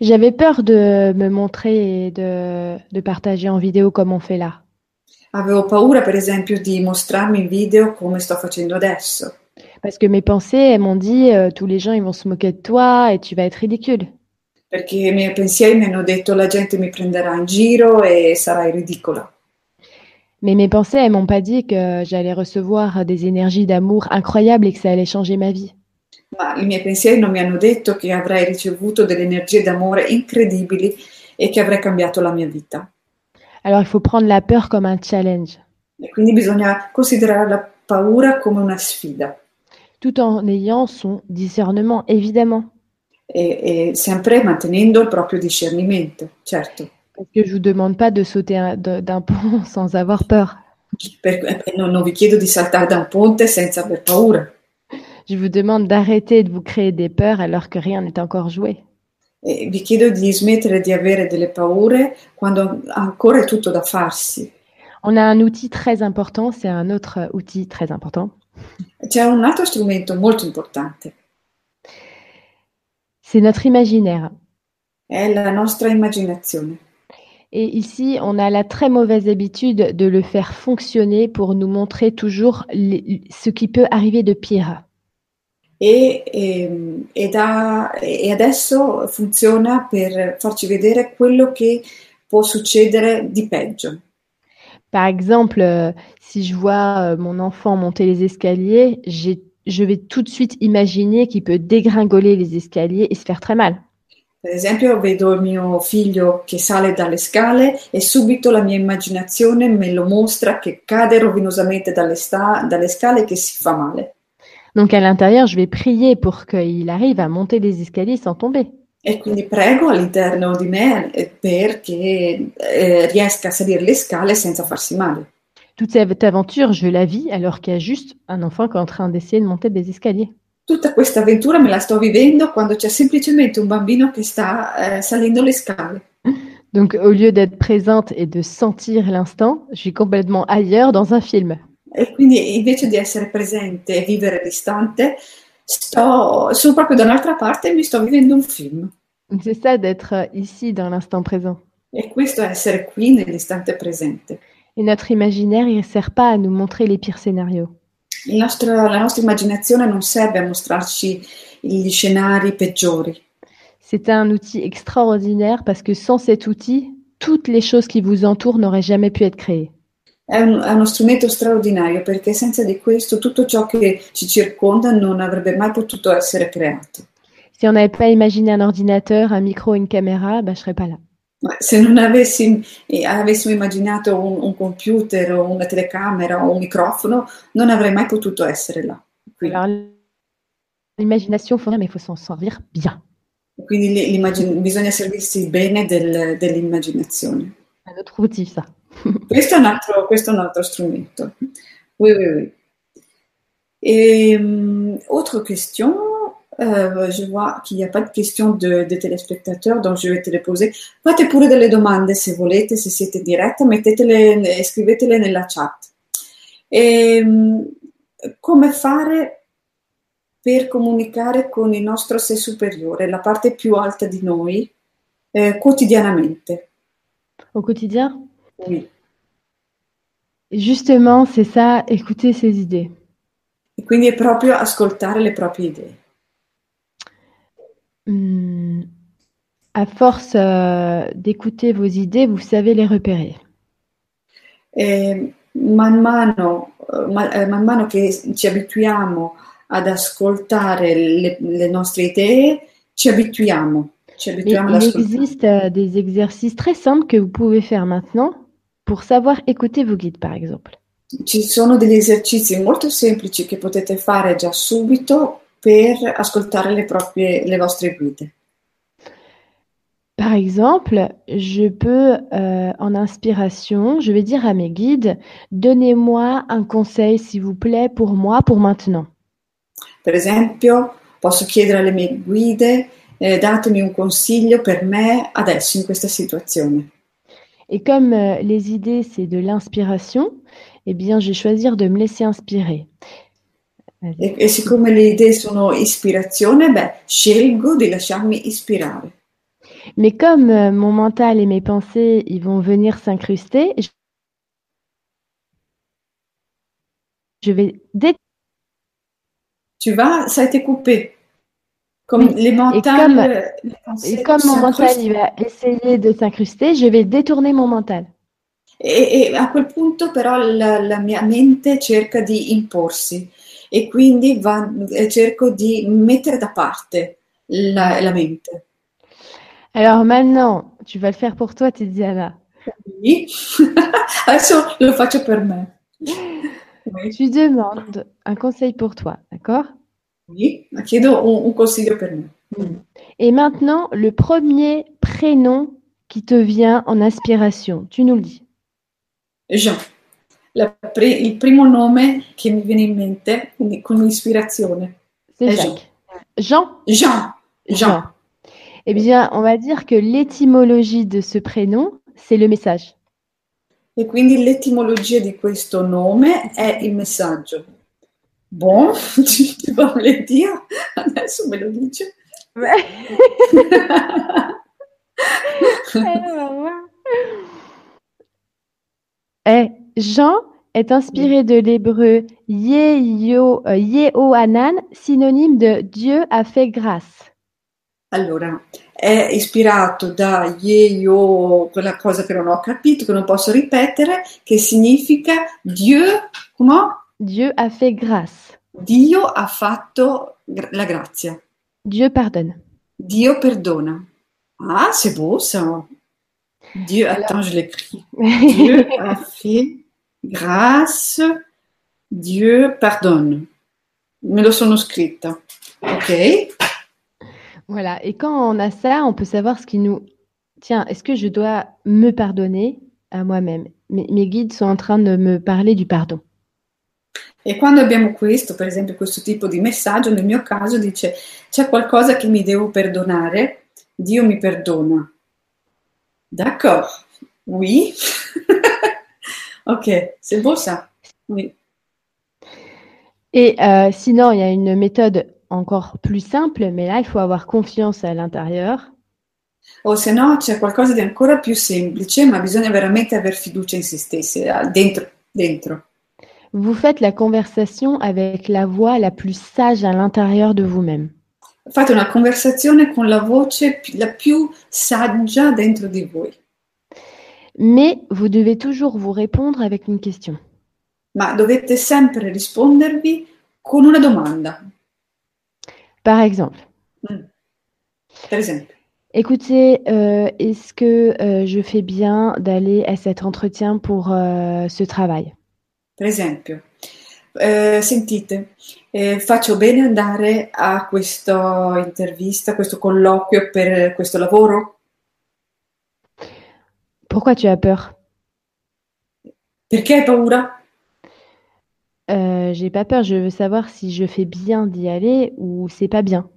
B: J'avais peur de me montrer et de, de, partager en vidéo comme on fait là.
A: Avevo paura, per esempio, di mostrarmi in video come sto facendo adesso.
B: Parce que mes pensées, elles m'ont dit, euh, tous les gens, ils vont se moquer de toi et tu vas être ridicule.
A: perché i miei pensieri mi hanno detto la gente mi prenderà in giro e sarai ridicola.
B: Mais mes pensées, elles m'ont pas dit que j'allais recevoir des énergies d'amour incroyables et que ça allait changer ma vie.
A: Ma i miei pensieri non mi hanno detto che avrai ricevuto delle energie d'amore incredibili e che avrai cambiato la mia vita.
B: Alors il faut prendre la peur comme un challenge,
A: E quindi bisogna considerare la paura come una sfida
B: tout en ayant son discernement, évidemment.
A: e, e sempre mantenendo il proprio discernimento, certo.
B: Parce que je vous demande pas de sauter un- de- d'un pont sans avoir peur.
A: Per- eh, non, non vi chiedo di saltare da un ponte senza aver paura.
B: Je vous demande d'arrêter de vous créer des peurs alors que rien n'est encore joué.
A: E vi chiedo di smettere di avere delle paure quando ancora è tutto da farsi.
B: On a un outil très important, c'est un autre euh, outil très important,
A: C'è un altro strumento molto importante,
B: c'est notre imaginaire.
A: è la nostra immaginazione.
B: Et ici, on a la très mauvaise habitude de le faire fonctionner pour nous montrer toujours les- ce qui peut arriver de pire.
A: E, ehm, e da- e adesso funziona per farci vedere quello che può succedere di peggio.
B: Par exemple, euh, si je vois euh, mon enfant monter les escaliers, j'ai- je vais tout de suite imaginer qu'il peut dégringoler les escaliers et se faire très mal.
A: Per esempio, vedo il mio figlio che sale dalle scale e subito la mia immaginazione me lo mostra che cade rovinosamente dalle, sta- dalle scale e che si fa male.
B: Donc à l'intérieur, je vais prier pour qu'il arrive à monter les escaliers sans tomber.
A: E quindi prego all'interno di me eh, perché eh, riesca a salire le scale senza farsi male.
B: Toute cette aventure, je la vis alors qu'il y a juste un enfant qui est en train d'essayer de monter des escaliers.
A: Tutta questa avventura me la sto vivendo quando c'è semplicemente un bambino che sta eh, salendo le scale.
B: Donc au lieu d'être présente et de sentir l'instant, je suis complètement ailleurs dans un film.
A: E quindi invece di essere presente e vivere distante, sto, sono proprio da un'altra parte e mi sto vivendo un film.
B: C'est ça d'être euh, ici dans l'instant présent.
A: E questo è essere qui nell'istante presente.
B: Et notre imaginaire, il ne sert pas à nous montrer les pires scénarios.
A: Il nostro- la nostra immaginazione non serve a mostrarci gli scenari peggiori.
B: C'est un outil extraordinaire parce que sans cet outil, toutes les choses qui vous entourent n'auraient jamais pu être créées.
A: È, un- è uno strumento straordinario perché senza di questo tutto ciò che ci circonda non avrebbe mai potuto essere creato.
B: Si on n'avait pas imaginé un ordinateur, un micro, une caméra, bah, je serais pas là.
A: Ma se non avessi- eh, avessimo immaginato un, un computer o una telecamera o un microfono, non avrei mai potuto essere là. Quindi,
B: Alors, l'imagination, faut rien, mais il faut s'en servir bien.
A: quindi l'i- l'immagin- bisogna servirsi bene del- dell'immaginazione.
B: Un autre outil, ça.
A: Questo è un altro, questo è un altro strumento. Oui, oui, oui. Et hum, autre question, euh, je vois qu'il n'y a pas de questions de, des téléspectateurs, donc je vais te les poser. Fate pure delle domande se volete, se siete in diretta, mettetele, eh, scrivetele nella chat. E, hum, come fare per comunicare con il nostro sé superiore, la parte più alta di noi, eh, quotidianamente?
B: Au quotidien,
A: Oui.
B: justement, c'est ça, écouter ses idées.
A: E quindi è proprio ascoltare le proprie idee.
B: Hum, à force euh, d'écouter vos idées, vous savez les repérer.
A: E man mano, eh, ma- eh, man mano che ci abituiamo ad ascoltare le, le nostre idee, ci abituiamo, ci
B: Mais
A: abituiamo ad
B: il
A: ascoltare.
B: existe euh, des exercices très simples que vous pouvez faire maintenant pour savoir écouter vos guides, par exemple.
A: Ci sono degli esercizi molto semplici che potete fare già subito per ascoltare le proprie, le vostre guide.
B: Par exemple, je peux, euh, en inspiration, je vais dire à mes guides, donnez-moi un conseil, s'il vous plaît, pour moi, pour maintenant.
A: Per esempio, posso chiedere alle mie guide, eh, datemi un consiglio per me adesso in questa situazione.
B: Et comme euh, les idées, c'est de l'inspiration, eh bien, je vais choisir de me laisser inspirer. Vas-y.
A: E, e siccome le idee sono ispirazione, beh, scelgo di lasciarmi ispirare.
B: Mais comme euh, mon mental et mes pensées, ils vont venir s'incruster, je- je vais dé-
A: Tu vois, ça a été coupé. Comme
B: Oui.
A: les mentales.
B: comme-
A: euh, les pensées
B: Et comme mon mental
A: s'incrustent.
B: il va essayer de s'incruster, je vais détourner mon mental.
A: E, e a quel punto però la, la mia mente cerca di imporsi e quindi va- eh, cerco di mettere da parte la, la mente.
B: Alors maintenant, tu vas le faire pour toi, Tiziana.
A: Quindi, Adesso lo faccio per me. Sì,
B: Tu demandes un conseil pour toi, d'accord
A: sì, ma chiedo un, un consiglio per me.
B: Et maintenant, le premier prénom qui te vient en inspiration, tu nous le dis.
A: Jean, la pre- il primo nome che mi viene in mente con ispirazione.
B: C'est
A: Et
B: Jacques. Jean
A: Jean, Jean.
B: Eh bien, on va dire que l'étymologie de ce prénom, c'est le message.
A: E quindi l'etimologia di questo nome è il messaggio. Bon, ci vuole Dio, adesso me lo dice.
B: Eh, Jean est inspiré de l'hébreu Yeho- euh, Yehohanan, synonyme de Dieu a fait grâce.
A: Allora, è ispirato da Yeyo, quella cosa che non ho capito, che non posso ripetere, che significa Dio, come?
B: Dieu a fait grâce.
A: Dio ha fatto gra- la grazia.
B: Dieu pardonne.
A: Dio perdona. Ah, c'est beau ça. Dieu, attends, je l'écris. Dieu a fait grâce, Dieu pardonne. Me lo sono scritta. Ok?
B: Voilà, et quand on a ça, on peut savoir ce qui nous... Tiens, est-ce que je dois me pardonner à moi-même mes, mes guides sont en train de me parler du pardon.
A: E quando abbiamo questo, per esempio, questo tipo di messaggio, nel mio caso dice c'è qualcosa che mi devo perdonare, Dio mi perdona. D'accord? Oui? ok, c'est beau ça? Oui.
B: Et euh, sinon, il y a une méthode encore plus simple, mais là, il faut avoir confiance à l'intérieur.
A: O se no c'è qualcosa di ancora più semplice, ma bisogna veramente aver fiducia in se stessi, ah, dentro, dentro.
B: Vous faites la conversation avec la voix la plus sage à l'intérieur de vous-même.
A: Fate una conversazione con la voce pi- la più saggia dentro di voi,
B: Mais vous devez toujours vous répondre avec une question.
A: ma dovete sempre rispondervi con una domanda.
B: Par exemple,
A: Mm. Per esempio,
B: écoutez, euh, est-ce que euh, je fais bien d'aller à cet entretien pour euh, ce travail
A: per esempio, eh, sentite, eh, faccio bene andare a questa intervista, a questo colloquio per questo lavoro?
B: Pourquoi tu as peur
A: Perché hai paura?
B: Euh, J'ai pas peur, je veux savoir si je fais bien d'y aller ou c'est pas bien.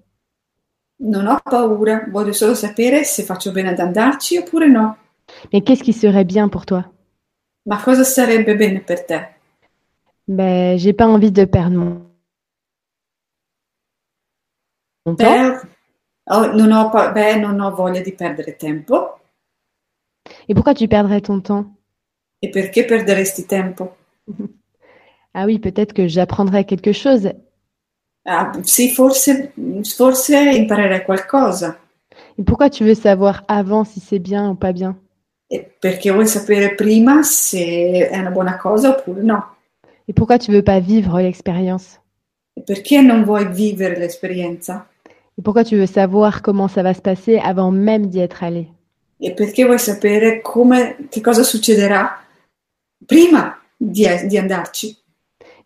A: Non ho paura, voglio solo sapere se faccio bene ad andarci oppure no.
B: Mais qu'est-ce qui serait bien pour toi
A: Ma cosa sarebbe bene per te?
B: Ben, j'ai pas envie de perdre mon, mon temps.
A: Per- oh, non ho pa- beh, non ho voglia di perdere tempo.
B: Et pourquoi tu perdrais ton temps
A: E perché perderesti tempo?
B: Ah oui, peut-être que j'apprendrai quelque chose.
A: Ah, sì, forse, forse imparerai qualcosa.
B: Et pourquoi tu veux savoir avant si c'est bien ou pas bien
A: E perché vuoi sapere prima se è una buona cosa oppure no.
B: Et pourquoi tu veux pas vivre l'expérience
A: E perché non vuoi vivere l'esperienza?
B: Et pourquoi tu veux savoir comment ça va se passer avant même d'y être allé
A: E perché vuoi sapere come, che cosa succederà prima di, di andarci?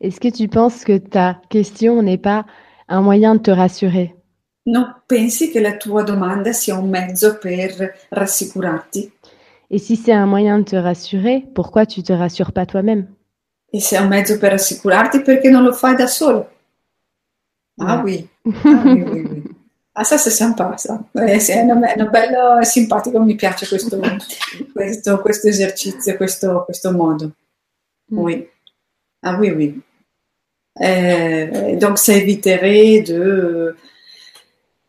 B: Est-ce que tu penses que ta question n'est pas un moyen de te rassurer
A: Non pensi che la tua domanda sia un mezzo per rassicurarti?
B: Et si c'est un moyen de te rassurer, pourquoi tu te rassures pas toi-même
A: E se è un mezzo per rassicurarti, perché non lo fai da solo? Ah,
B: Ouais.
A: oui. Ah, oui, oui, oui. Ah, ça, c'est sympa, ça. Eh, sì, è una, è una bella, è simpatico, mi piace questo, questo, questo esercizio, questo, questo modo.
B: Mm.
A: Oui. Ah oui, oui. Euh, donc, ça éviterait de...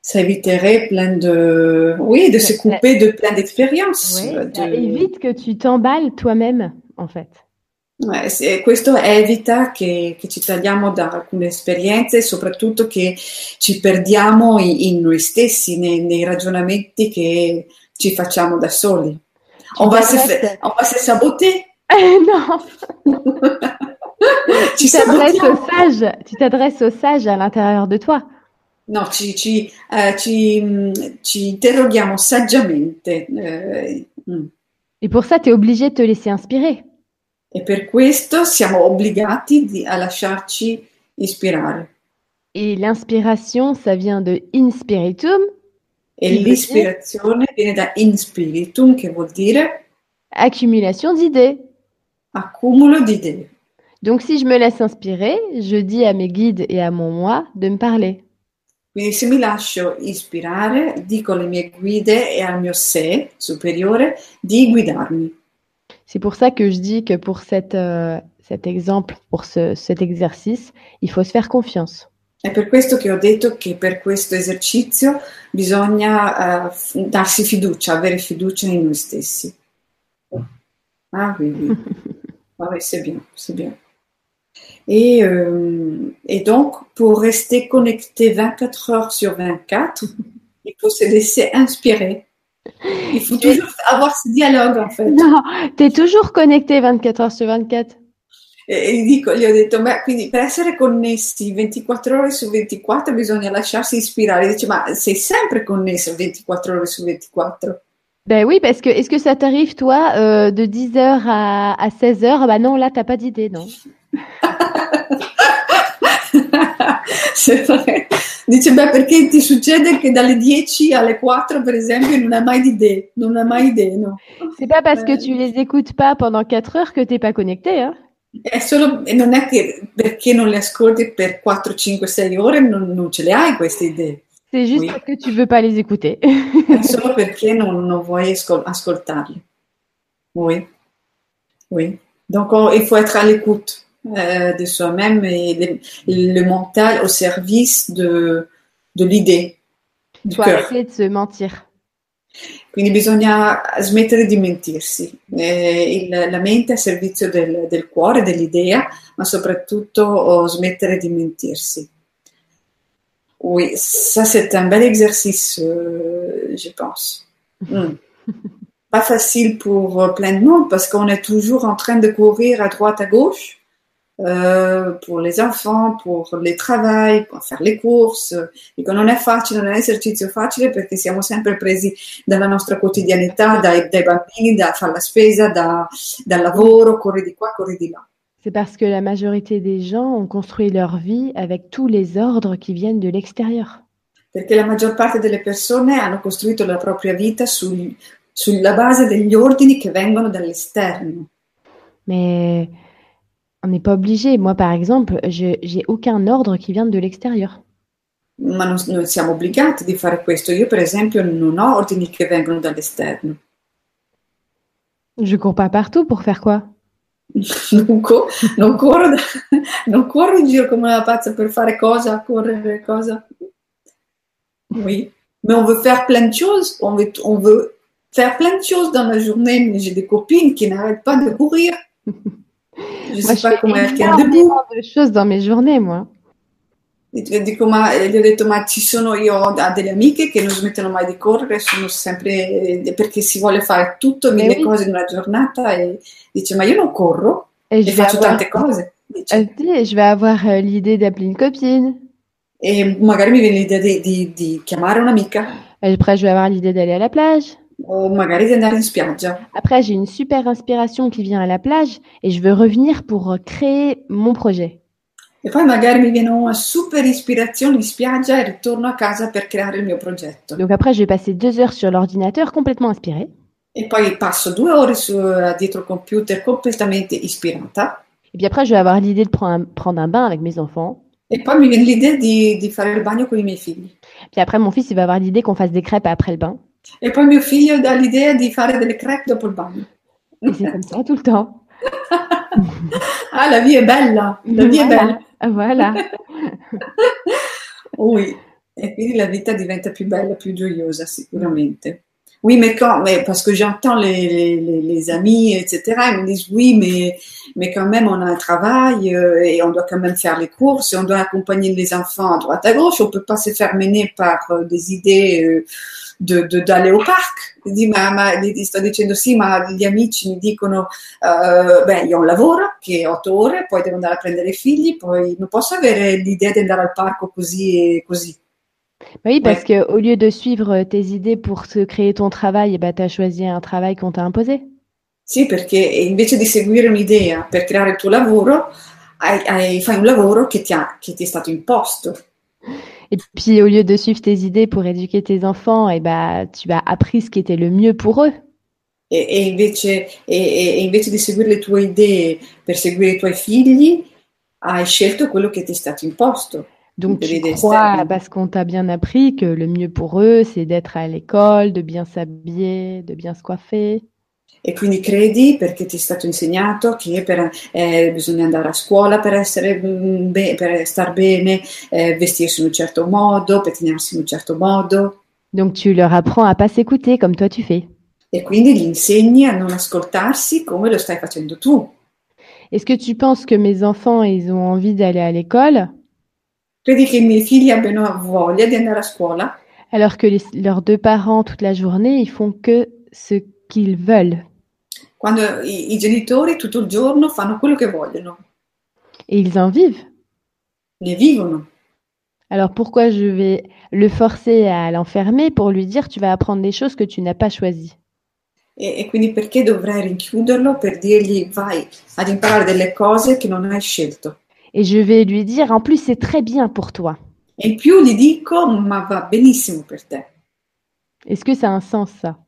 A: Ça éviterait plein de... Oui, de se couper euh, de plein d'expériences.
B: Ouais, bah,
A: de-
B: ça évite que tu t'emballes toi-même, en fait.
A: Eh, questo evita che, che, ci tagliamo da alcune esperienze e soprattutto che ci perdiamo in, in noi stessi, nei, nei, ragionamenti che ci facciamo da soli. Tu on va, se, on va se saboter
B: eh, Non tu, t'adresses au sage, tu t'adresses au sage à l'intérieur de toi.
A: No, ci, ci, eh, ci, ci interroghiamo saggiamente. Eh, mm.
B: Et pour ça, tu es obligé de te laisser inspirer.
A: Et per questo siamo obbligati di, a lasciarci inspirare.
B: Et l'inspiration, ça vient de inspiritum.
A: E l'ispirazione viene da inspiritum, che vuol dire
B: accumulation d'idées.
A: accumulo di idee.
B: Donc, si je me laisse inspirer, je dis à mes guides et à mon moi de me parler.
A: Quindi se mi lascio ispirare, dico alle mie guide e al mio sé superiore di guidarmi.
B: C'est pour ça que je dis que pour cette, euh, cet exemple, pour ce, cet exercice, il faut se faire confiance.
A: È per questo che ho detto che per questo esercizio bisogna uh, f- darsi fiducia, avere fiducia in noi stessi. Ah oui, oui. ah, oui c'est bien, c'est bien. Et, euh, et, donc, pour rester connecté 24 heures sur 24, il faut se laisser inspirer. Il faut toujours avoir ce dialogue, en fait.
B: Non, tu es toujours connecté 24 heures sur 24.
A: E dico, gli ho detto, ma quindi per essere connessi 24 ore su 24 bisogna lasciarsi ispirare. Dice, ma sei sempre connesso 24 ore su 24.
B: Ben oui, parce que est-ce que ça t'arrive, toi, euh, de 10h à, à 16h Ben non, là, t'as pas d'idée, non
A: C'est vrai. Dice, beh, perché ti succede che dalle 10 alle 4, per esempio, non hai mai d'idée, non hai mai idée, no?
B: C'est pas parce que tu les écoutes pas pendant 4 heures que t'es pas connecté, hein
A: È solo, non è che perché non le ascolti per 4, 5, 6 ore non, non ce le hai queste idee.
B: C'est juste oui. parce que tu veux pas les écouter.
A: solo perché non, non vuoi ascoltarli. Oui. Oui. Donc, on, il faut être à l'écoute euh, de soi-même et le, le, mental au service de, de l'idée.
B: Il faut arrêter de se mentir.
A: Quindi bisogna smettere di mentirsi. Eh, il, la mente è a servizio del, del cuore, dell'idea, ma soprattutto oh, smettere di mentirsi. Oui, ça c'est un bel exercice, euh, je pense. Mm. Pas facile pour euh, plein de monde parce qu'on est toujours en train de courir à droite, à gauche. Euh, pour les enfants, pour les travail, pour faire les courses. Dico, non è facile, non è un esercizio facile perché siamo sempre presi dalla nostra quotidianità, dai, dai bambini, da fare la spesa, da, dal lavoro, corri di qua, corri di là.
B: C'est parce que la majorité des gens ont construit leur vie avec tous les ordres qui viennent de l'extérieur.
A: Perché la maggior parte delle persone hanno costruito la propria vita sul, sulla base degli ordini che vengono dall'esterno.
B: Mais on n'est pas obligé. Moi, par exemple, je j'ai aucun ordre qui vient de l'extérieur.
A: Ma non, non siamo obbligati di fare questo. Io, per esempio, non ho ordini che vengono dall'esterno.
B: Je cours pas partout pour faire quoi
A: non, co- non, corro, non, corro, in giro come una pazza per fare cosa, correre cosa. Oui, mais on veut faire plein de choses, on veut, on veut faire plein de choses dans la journée, mais j'ai des copines qui n'arrêtent pas de courir.
B: Je ne sais je pas comment elles tiennent debout. de choses dans mes journées, moi.
A: Dico, ma, gli ho detto, ma ci sono io ho delle amiche che non smettono mai di correre, sono sempre perché si vuole fare tutto, mille oui. cose in una giornata e dice, ma io non corro e, e faccio avoir... tante cose.
B: Dice. Eh, je vais avoir euh, l'idée d'appeler une copine.
A: E magari mi viene l'idea di, di, di chiamare un'amica.
B: Et après, je vais avoir l'idée d'aller à la plage.
A: O magari di andare in spiaggia.
B: Après, j'ai une super inspiration qui vient à la plage et je veux revenir pour euh, créer mon projet.
A: E poi magari mi viene una super ispirazione in spiaggia e ritorno a casa per creare il mio progetto.
B: Donc après, je vais passer deux heures sur l'ordinateur complètement inspirée.
A: E poi passo due ore su, dietro il computer completamente ispirata.
B: Et puis après, je vais avoir l'idée de prendre un, prendre un bain avec mes enfants.
A: E poi mi viene l'idea di, di fare il bagno con i miei figli.
B: Puis après, mon fils, il va avoir l'idée qu'on fasse des crêpes après le bain.
A: E poi mio figlio dà l'idea di fare delle crêpes dopo il bagno.
B: Et c'est comme ça tout le temps.
A: ah, la vie est belle, là. La vie
B: voilà.
A: est belle.
B: voilà.
A: oui, e quindi la vita diventa più bella, più gioiosa sicuramente. oui, mais quand, mais parce que j'entends les, les, les, amis, etc. Ils me disent oui, mais mais quand même on a un travail euh, et on doit quand même faire les courses, et on doit accompagner les enfants à droite à gauche. On peut pas se faire mener par euh, des idées euh, de, de, d'aller au parc. Di, ma, ma, sto dicendo sì, ma gli amici mi dicono, eh, beh, io ho un lavoro che è otto ore, poi devo andare a prendere i figli, poi non posso avere l'idea di andare al parco così e così.
B: Bah oui, parce ouais. que au lieu de suivre euh, tes idées pour te créer ton travail, bah, tu as choisi un travail qu'on t'a imposé.
A: Sì, perché invece di seguire un'idea per creare il tuo lavoro, hai, hai, fai un lavoro che ti, ha, che ti, è stato imposto.
B: Et puis, au lieu de suivre tes idées pour éduquer tes enfants, et bah, tu as appris ce qui était le mieux pour eux.
A: E, e, invece, e, e invece di seguire le tue idee per seguire i tuoi figli, hai scelto quello che ti è stato imposto.
B: Donc tu crois, parce qu'on t'a bien appris, que le mieux pour eux, c'est d'être à l'école, de bien s'habiller, de bien se coiffer.
A: E quindi credi perché ti è stato insegnato che per, eh, bisogna andare a scuola per, essere mm, be- per star bene, eh, vestirsi in un certo modo, pettinarsi in un certo modo.
B: Donc tu leur apprends à pas s'écouter comme toi tu fais.
A: E quindi gli insegni a non ascoltarsi come lo stai facendo tu.
B: Est-ce que tu penses que mes enfants, ils ont envie d'aller à l'école
A: Credi che i miei figli abbiano voglia di andare a scuola?
B: Alors que les, leurs deux parents, toute la journée, ils font que ce qu'ils veulent.
A: Quando i, i, genitori tutto il giorno fanno quello che vogliono.
B: Et ils en vivent.
A: Ne vivono.
B: Alors pourquoi je vais le forcer à l'enfermer pour lui dire tu vas apprendre des choses que tu n'as pas choisies
A: e, e quindi perché dovrei rinchiuderlo per dirgli vai ad imparare delle cose che non hai scelto?
B: et je vais lui dire en plus c'est très bien pour toi.
A: Et puis gli dico ma va benissimo per te.
B: Est-ce que ça a un sens ça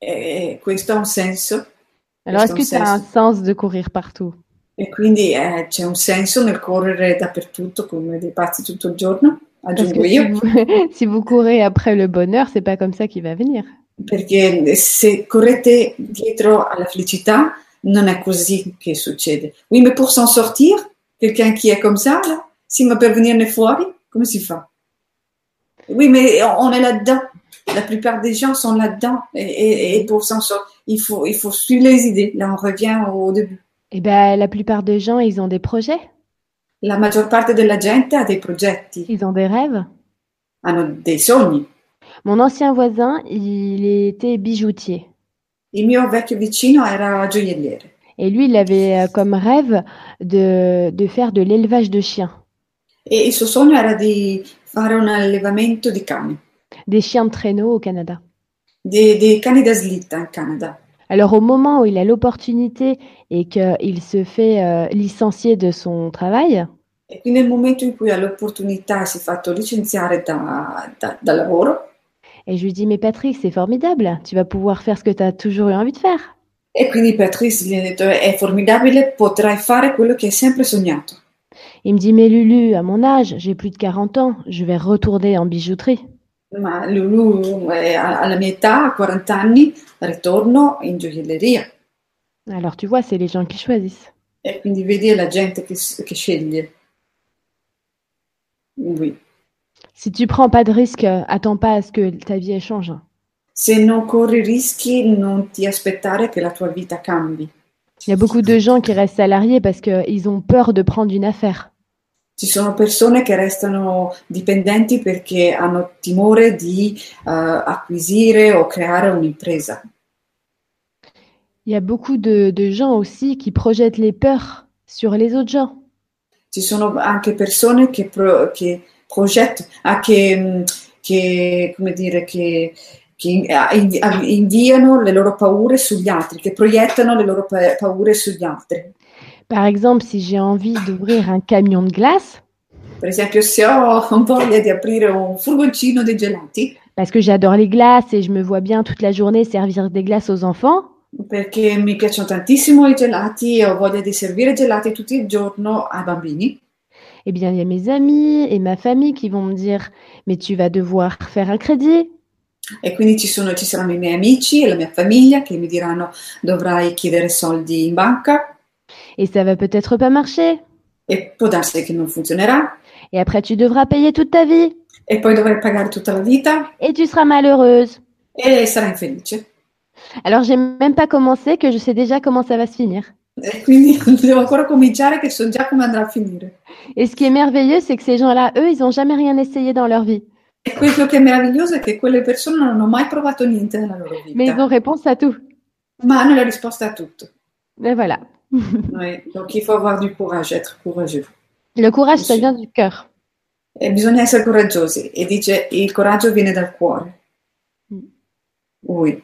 A: eh, Questo ha un senso.
B: Alors est-ce que ça a un sens de courir partout
A: E quindi eh, c'è un senso nel correre dappertutto come dei pazzi tutto il giorno? Aggiungo
B: si
A: io.
B: Vous, si vous courez après le bonheur, c'est pas comme ça qu'il va venir.
A: Perché eh, se correte dietro alla felicità non è così che succede. Oui, mais pour s'en sortir, quelqu'un qui est comme ça, là, s'il m'a venir une fois, comment s'il fait Oui, mais on est là-dedans. La plupart des gens sont là-dedans. Et, et, et pour s'en sortir, il faut, il faut suivre les idées. Là, on revient au début.
B: Eh bien, la plupart des gens, ils ont des projets.
A: La maggior parte della gente ha dei progetti.
B: Ils ont des rêves.
A: Hanno dei sogni.
B: Mon ancien voisin, il était bijoutier.
A: Il mio vecchio vicino era gioielliere.
B: Et lui, il avait euh, comme rêve de, de faire de l'élevage de chiens.
A: Et son sogno era di fare un allevamento di cani.
B: Des chiens de traîneau au Canada.
A: Des, des cani da slitta en Canada.
B: Alors au moment où il a l'opportunité et qu'il se fait euh, licencier de son travail.
A: Et puis nel momento in cui ha l'opportunità si è fatto licenziare da, da, dal lavoro.
B: Et je lui dis mais Patrick c'est formidable, tu vas pouvoir faire ce que tu as toujours eu envie de faire.
A: E quindi Patrice gli ha detto è formidabile, potrai fare quello che hai sempre sognato.
B: Il me dit mais Lulu, à mon âge, j'ai plus de 40 ans, je vais retourner en bijouterie.
A: Ma Lulu alla mia età, a 40 anni, ritorno in gioielleria.
B: Alors tu vois, c'est les gens qui choisissent.
A: E quindi vedi è la gente che, che sceglie. Oui.
B: Si tu prends pas de risque, attends pas à ce que ta vie change.
A: Se non corri rischi, non ti aspettare che la tua vita cambi.
B: Il y a beaucoup de gens qui restent salariés parce qu'ils ont peur de prendre une affaire.
A: Ci sono persone che restano dipendenti perché hanno timore di uh, acquisire o creare un'impresa.
B: Il y a beaucoup de, de gens aussi qui projettent les peurs sur les autres gens.
A: Ci sono anche persone che, pro, che progetto, ah, che, che, come dire, che che ah, inviano le loro paure sugli altri, che proiettano le loro paure sugli altri.
B: Par exemple, si j'ai envie d'ouvrir un camion de glace.
A: Per esempio, se ho voglia di aprire un furgoncino dei gelati.
B: Parce que j'adore les glaces et je me vois bien toute la journée servir des glaces aux enfants.
A: Perché mi piacciono tantissimo i gelati e ho voglia di servire gelati tutto il giorno ai bambini.
B: Eh bien, il y a mes amis et ma famille qui vont me dire Mais tu vas devoir faire un crédit.
A: E quindi ci, sono, ci, saranno i miei amici e la mia famiglia che mi diranno dovrai chiedere soldi in banca.
B: E ça va peut-être pas marcher.
A: E può darsi che non funzionerà.
B: E après tu devras payer toute ta vie.
A: E poi dovrai pagare tutta la vita.
B: E tu seras malheureuse.
A: e sarai felice.
B: Alors, j'ai même pas commencé que je sais déjà comment ça va se finir.
A: E quindi devo ancora cominciare che so già come andrà a finire.
B: Et ce qui est merveilleux, c'est que ces gens-là, eux, ils n'ont jamais rien essayé dans leur vie,
A: E quello che è meraviglioso è che quelle persone non hanno mai provato niente nella loro
B: mais ils
A: vita,
B: ont réponse à tout.
A: ma hanno la risposta a tutto.
B: Mais voilà.
A: Ouais, donc il faut avoir du courage, être courageux.
B: Le courage, ça
A: Sì.
B: vient du cœur.
A: E bisogna essere coraggiosi. E dice, il coraggio viene dal cuore.
B: Mm.
A: Oui.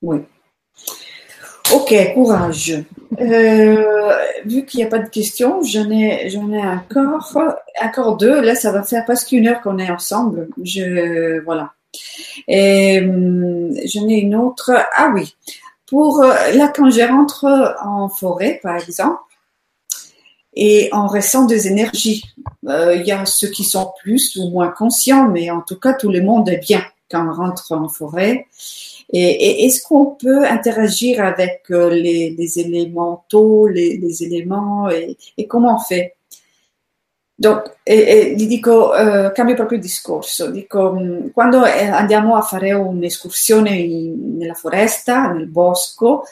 A: Oui. Ok, courage. Euh, vu qu'il n'y a pas de questions, j'en ai, j'en ai encore, encore deux. Là, ça va faire presque une heure qu'on est ensemble. Je, voilà. Et, hum, j'en ai une autre. Ah oui. Pour, euh, là, quand je rentre en forêt, par exemple, et on ressent des énergies. Euh, Il y a ceux qui sont plus ou moins conscients, mais en tout cas, tout le monde est bien quand on rentre en forêt. Et, et est-ce qu'on peut interagir avec euh, les, les élémentaux, les, les éléments, e comment on fait Donc, e- e gli dico, eh, cambio proprio il discorso, dico, mh, quando eh, andiamo a fare un'escursione in- nella foresta, nel bosco,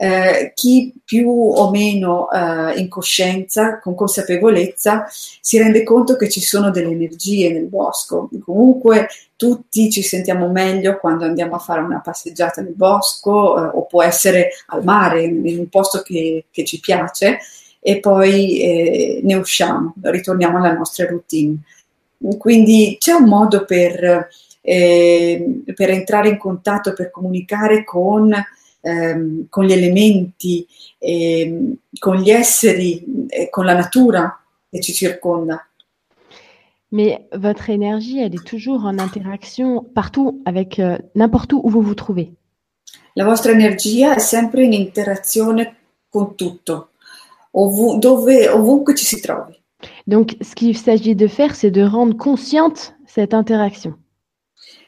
A: eh, chi più o meno eh, in coscienza, con consapevolezza, si rende conto che ci sono delle energie nel bosco. Comunque tutti ci sentiamo meglio quando andiamo a fare una passeggiata nel bosco eh, o può essere al mare, in un posto che, che ci piace e poi eh, ne usciamo, ritorniamo alla nostra routine. Quindi c'è un modo per, eh, per entrare in contatto, per comunicare con ehm, con gli elementi, ehm, con gli esseri, eh, con la natura che ci circonda.
B: Mais votre énergie, elle est toujours en interaction partout avec euh, n'importe où où vous vous trouvez.
A: La vostra energia è sempre in interazione con tutto, ovu- dove- ovunque ci si trovi.
B: Donc, ce qu'il s'agit de faire, c'est de rendre consciente cette interaction.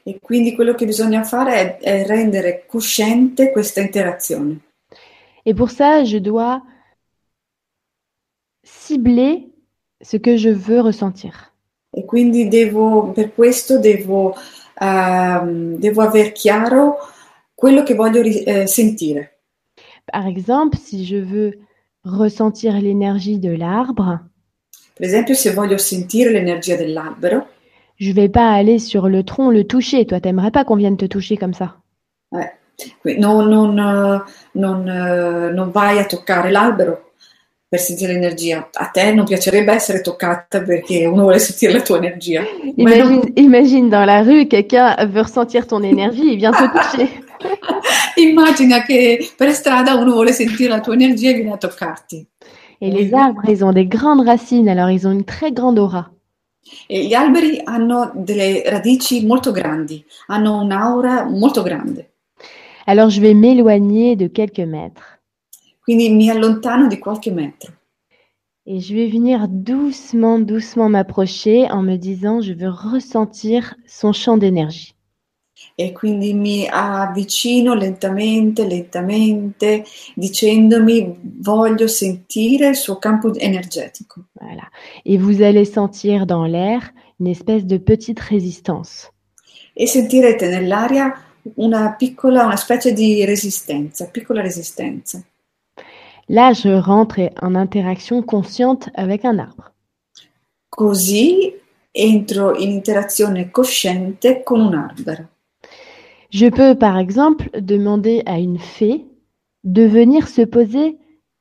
A: E quindi quello che bisogna fare è, è rendere cosciente questa interazione.
B: Et pour ça, je dois cibler ce que je veux ressentir.
A: E quindi devo, per questo devo, ehm, devo aver chiaro quello che voglio ri- eh, sentire.
B: Par exemple, si je veux ressentir l'énergie de l'arbre,
A: Per esempio, se voglio sentire l'energia dell'albero,
B: je vais pas aller sur le tronc le toucher. Toi, t'aimerais pas qu'on vienne te toucher comme ça.
A: Qui- Non, non, eh, non, eh, non vai a toccare l'albero per sentire l'energia. A te non piacerebbe essere toccata perché uno vuole sentire la tua energia. Ma non-
B: Imagine, imagine dans la rue, quelqu'un veut ressentir ton énergie, il vient te toucher.
A: Immagina che per strada uno vuole sentire la tua energia e viene a toccarti.
B: Et
A: Oui,
B: les
A: oui.
B: arbres, ils ont des grandes racines, alors ils ont une très grande aura.
A: E gli alberi hanno delle radici molto grandi, hanno un'aura molto grande.
B: Alors je vais m'éloigner de quelques mètres
A: Quindi mi allontano di qualche metro
B: et je vais venir doucement, doucement m'approcher en me disant je veux ressentir son champ d'énergie.
A: e quindi mi avvicino lentamente, lentamente, dicendomi voglio sentire il suo campo energetico.
B: Voilà. Et vous allez sentir dans l'air une espèce de petite résistance.
A: e sentirete nell'aria una piccola, una specie di resistenza, piccola resistenza.
B: Là, je rentre et- en interaction consciente avec un arbre.
A: Così entro in interazione cosciente con un albero.
B: Je peux, par exemple, demander à une fée de venir se poser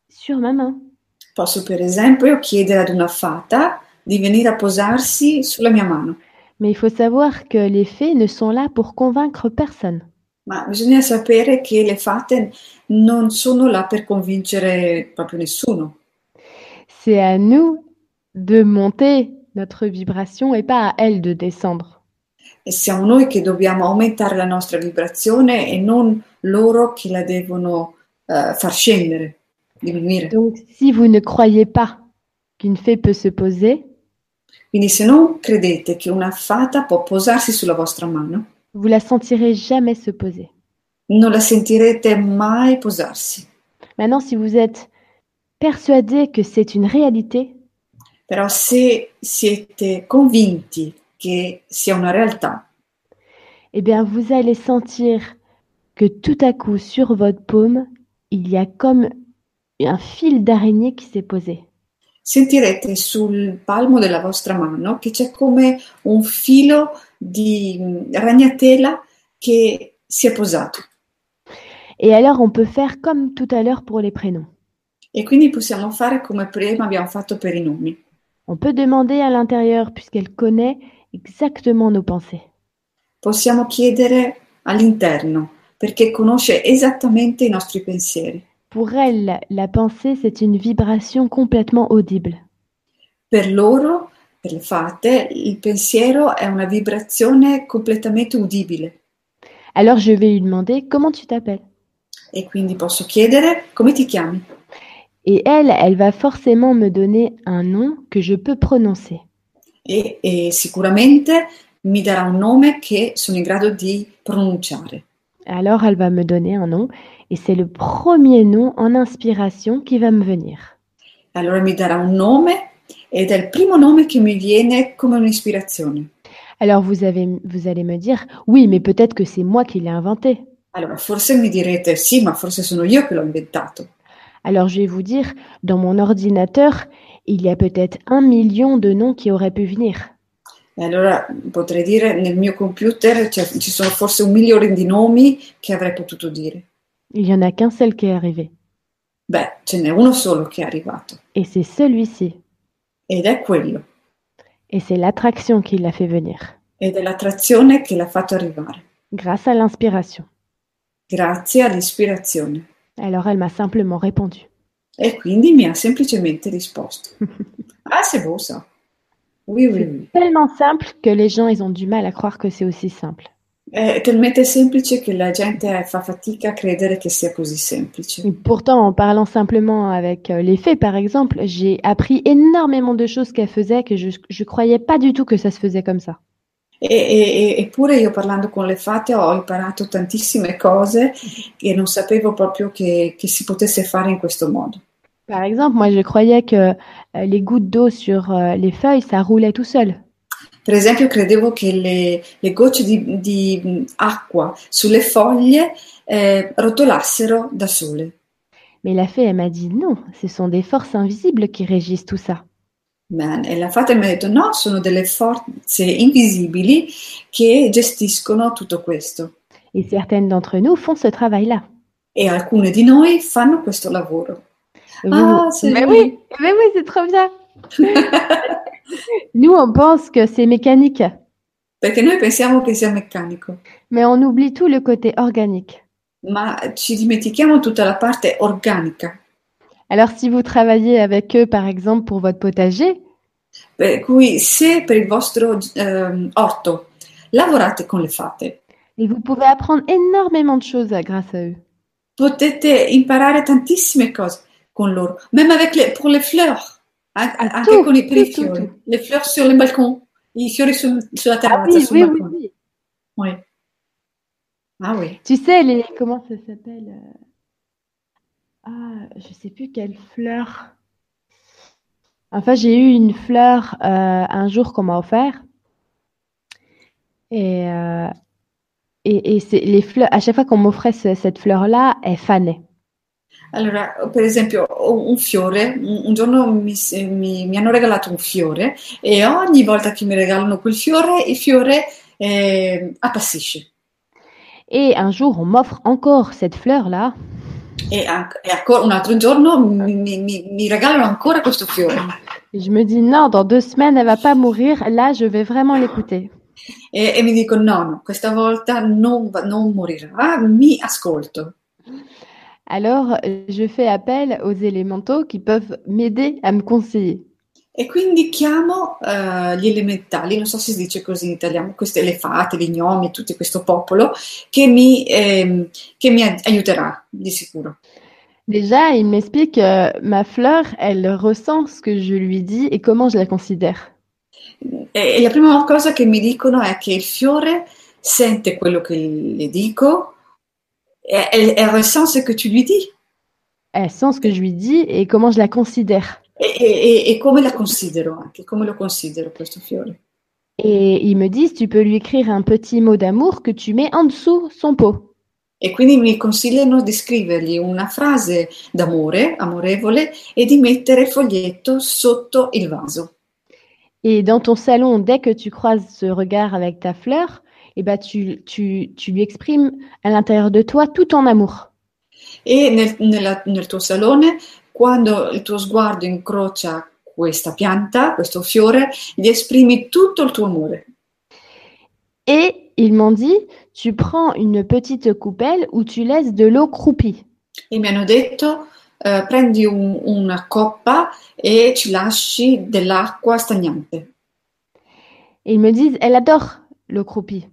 B: sur ma main.
A: Posso per esempio chiedere ad una fata di venire a posarsi sulla mia mano,
B: Mais il faut savoir que les fées ne sont là pour convaincre personne.
A: ma bisogna sapere che le fate non sono là per convincere proprio nessuno.
B: C'est à nous de monter notre vibration et pas à elles de descendre.
A: E siamo noi che dobbiamo aumentare la nostra vibrazione e non loro che la devono eh, far scendere, diminuire.
B: Donc si vous ne croyez pas qu'une fée peut se poser,
A: Quindi se non credete che una fata può posarsi sulla vostra mano,
B: vous la sentirez jamais se poser.
A: non la sentirete mai posarsi.
B: Maintenant, si vous êtes persuadé que c'est une réalité,
A: Però se siete convinti che sia una realtà,
B: eh bien, vous allez sentir que tout à coup, sur votre paume, il y a comme un fil d'araignée qui s'est posé.
A: Sentirete sul palmo della vostra mano che c'è come un filo di mm, ragnatela che si è posato.
B: Et alors, on peut faire comme tout à l'heure pour les prénoms.
A: E quindi possiamo fare come prima abbiamo fatto per i nomi.
B: On peut demander à l'intérieur, puisqu'elle connaît exactement nos pensées.
A: Possiamo chiedere all'interno perché conosce esattamente i nostri pensieri.
B: Pour elle, la pensée, c'est une vibration complètement audible.
A: Per loro, per le fate, il pensiero è una vibrazione completamente udibile
B: Alors, je vais lui demander comment tu t'appelles.
A: e quindi posso chiedere come ti chiami
B: Et elle, elle va forcément me donner un nom que je peux prononcer.
A: e, e sicuramente mi darà un nome che sono in grado di pronunciare.
B: Alors, elle va me donner un nom et c'est le premier nom en inspiration qui va me venir.
A: Allora mi darà un nome ed è il primo nome che mi viene come un'ispirazione.
B: Alors, vous, avez, vous allez me dire, oui, mais peut-être que c'est moi qui l'ai inventé.
A: Allora, forse mi direte sì, ma forse sono io che l'ho inventato.
B: Alors, je vais vous dire, dans mon ordinateur, il y a peut-être un million de noms qui auraient pu venir.
A: E allora potrei dire nel mio computer cioè, ci sono forse un milione di nomi che avrei potuto dire.
B: Il n'y en a qu'un seul qui est arrivé.
A: Beh, ce n'è uno solo che è arrivato
B: Et c'est celui-ci.
A: ed è quello,
B: Et c'est l'attraction qui l'a fait venir,
A: ed è l'attrazione che l'ha fatto arrivare,
B: grâce à l'inspiration.
A: grazie all'ispirazione.
B: Alors, elle m'a simplement répondu.
A: E quindi mi ha semplicemente risposto. Ah, se vuoi sa. Oui, oui, oui.
B: Tellement simple que les gens, ils ont du mal à croire que c'est aussi simple.
A: È talmente semplice che la gente fa fatica a credere che sia così semplice.
B: Et pourtant, en parlant simplement avec euh, les fées, par exemple, j'ai appris énormément de choses qu'elle faisait que je ne croyais pas du tout que ça se faisait comme ça.
A: E- e- e- eppure io parlando con le fate ho imparato tantissime cose che non sapevo proprio che, che si potesse fare in questo modo.
B: Par exemple, moi, je croyais que euh, les gouttes d'eau sur euh, les feuilles, ça roulait tout seul.
A: Per esempio, credevo che le, le gocce di, di, mh, acqua sulle foglie eh, rotolassero da sole.
B: Mais la fée, elle m'a dit non, ce sont des forces invisibles qui régissent tout ça.
A: Ma- E la fata mi ha detto: no, sono delle forze invisibili che gestiscono tutto questo.
B: Et certaines d'entre nous font ce travail-là.
A: E alcune di noi fanno questo lavoro.
B: Vous-
A: Ah, c'est
B: mais
A: joli.
B: oui, mais oui, c'est trop bien. Nous, on pense que c'est mécanique,
A: Perché noi pensiamo che sia meccanico,
B: mais on oublie tout le côté organique.
A: ma ci dimentichiamo tutta la parte organica.
B: Alors, si vous travaillez avec eux, par exemple, pour votre potager,
A: Per cui, se per il vostro ehm, orto lavorate con le fate,
B: et vous pouvez apprendre énormément de choses euh, grâce à eux.
A: potete imparare tantissime cose con loro, même avec le, pour les fleurs, an- anche
B: tu,
A: con i, per i
B: tu, tu,
A: fiori,
B: tu.
A: le fleurs sur le balcon, i fiori su- sulla
B: Ah
A: terrazza,
B: oui,
A: sul
B: oui, oui,
A: balcone.
B: oui.
A: Oui. Ah oui.
B: Tu sais, les, comment ça s'appelle euh, Ah, je sais plus quelle fleur. Enfin, j'ai eu une fleur euh, un jour qu'on m'a offert. Et, euh, et, et c'est les fleurs, à chaque fois qu'on m'offrait ce- cette fleur-là, elle fanait.
A: Allora, per esempio, ho un fiore, un un giorno mi, s- mi- mi hanno regalato un fiore e ogni volta che mi regalano quel fiore, il fiore eh, appassisce
B: Et un jour, on m'offre encore cette fleur-là.
A: e, an- e ancora un altro giorno mi, mi- mi- mi regalano ancora questo fiore
B: Et je me dis, non, dans deux semaines, elle va pas mourir. Là, je vais vraiment l'écouter.
A: e, e mi dico no, no, questa volta non, va- non morirà, mi ascolto.
B: Alors, euh, je fais appel aux élémentaux qui peuvent m'aider à me conseiller.
A: E quindi chiamo eh, gli elementali, non so se si dice così in italiano, queste le fate, gli gnomi, tutto questo popolo che mi, ehm, che mi ai- aiuterà di sicuro.
B: Déjà, il m'explique que ma fleur, elle ressent ce que je lui dis et comment je la considère.
A: E e la prima cosa che mi dicono è che il fiore sente quello che le dico e, e, e ressent ce che tu gli dis
B: Elle sent ce que je lui dis et comment je la considère.
A: e, e- e- e come la considero anche, come lo considero questo fiore.
B: Et ils me disent, tu peux lui écrire un petit mot d'amour que tu mets en dessous son pot.
A: E quindi mi consigliano di scrivergli una frase d'amore, amorevole, e di mettere il foglietto sotto il vaso.
B: Et dans ton salon, dès que tu croises ce regard avec ta fleur, eh ben tu, tu, tu lui exprimes à l'intérieur de toi tout ton amour.
A: E nel, nella- nel tuo salone, quando il tuo sguardo incrocia questa pianta, questo fiore, gli esprimi tutto il tuo amore.
B: Et ils m'ont dit, tu prends une petite coupelle où tu laisses de l'eau croupie.
A: E mi hanno detto, eh, prendi un- una coppa e ci lasci dell'acqua stagnante.
B: Et ils me disent, elle adore l'eau croupie.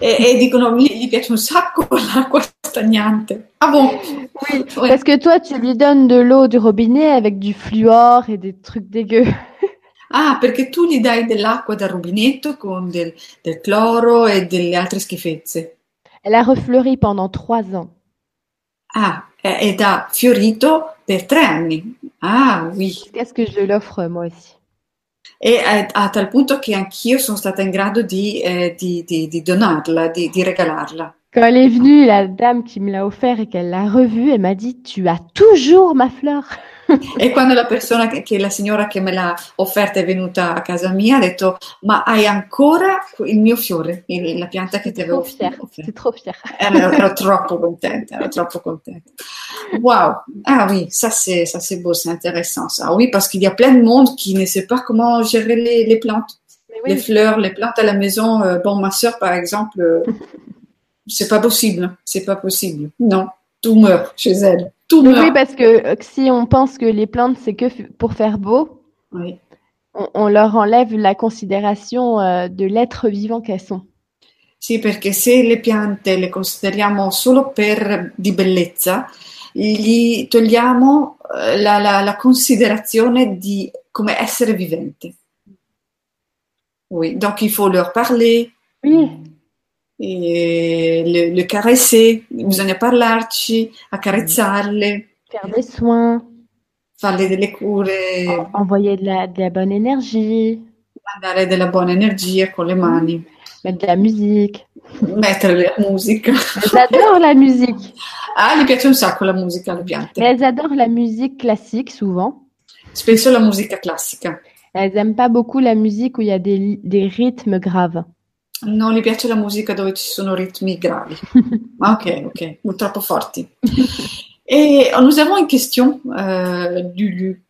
A: E, e dicono, mi, gli piace un sacco l'acqua stagnante. Ah bon?
B: Oui,
A: Ouais.
B: Parce que toi, tu lui donnes de l'eau du robinet avec du fluor et des trucs dégueux.
A: Ah, perché tu gli dai dell'acqua dal rubinetto con del, del cloro e delle altre schifezze.
B: Elle a refleuri pendant trois ans.
A: Ah, eh, ed ha fiorito per tre anni. Ah, oui.
B: Jusqu'à ce que je l'offre moi aussi.
A: E eh, a tal punto che anch'io sono stata in grado di, eh, di- di- di donarla, di, di regalarla.
B: Quand elle est venue, la dame qui me l'a offert et qu'elle l'a revue, elle m'a dit Tu as toujours ma fleur.
A: E quando la persona, che, che la signora che me l'ha offerta è venuta a casa mia, ha detto, ma hai ancora il mio fiore, il- la pianta che ti avevo
B: Trop fière.
A: offerto.
B: C'est trop fière.
A: Ero, ero troppo contenta, ero troppo contenta. Wow, ah oui, ça c'est, ça c'est beau, c'est intéressant ça. Oui, parce qu'il y a plein de monde qui ne sait pas comment gérer les, les plantes,
B: Mais
A: les
B: oui,
A: fleurs, les plantes à la maison. Euh, bon, ma soeur par exemple, euh, c'est pas possible, hein. c'est pas possible. Non, tout meurt chez elle, tout
B: Mais oui,
A: meurt.
B: parce que euh, si on pense que les plantes, c'est que f- pour faire beau,
A: Oui.
B: on, on leur enlève la considération euh, de l'être vivant qu'elles sont.
A: Sì, perché se le piante le consideriamo solo per di bellezza, gli togliamo eh, la, la- la considerazione di come essere vivente. Oui, donc il faut leur parler,
B: Oui,
A: eh, le, le caresser, bisogna parlarci, accarezzarle,
B: faire des soins,
A: farle delle
B: en-
A: cure,
B: envoyer de la, de la bonne énergie,
A: mandare della buona energia con le mani,
B: mettre de la musique.
A: mettere la musica.
B: Elles adorent la musique.
A: Ah, gli piace un sacco la musica alle
B: Mais
A: piante,
B: elles adorent la musique classique souvent.
A: spesso la musica classica.
B: Elles n'aiment pas beaucoup la musique où il y a des, des rythmes graves.
A: Non gli piace la musica dove ci sono ritmi gravi. Ah, Ok, ok, non troppo forti. Et euh, nous avons une question, euh, Lulu.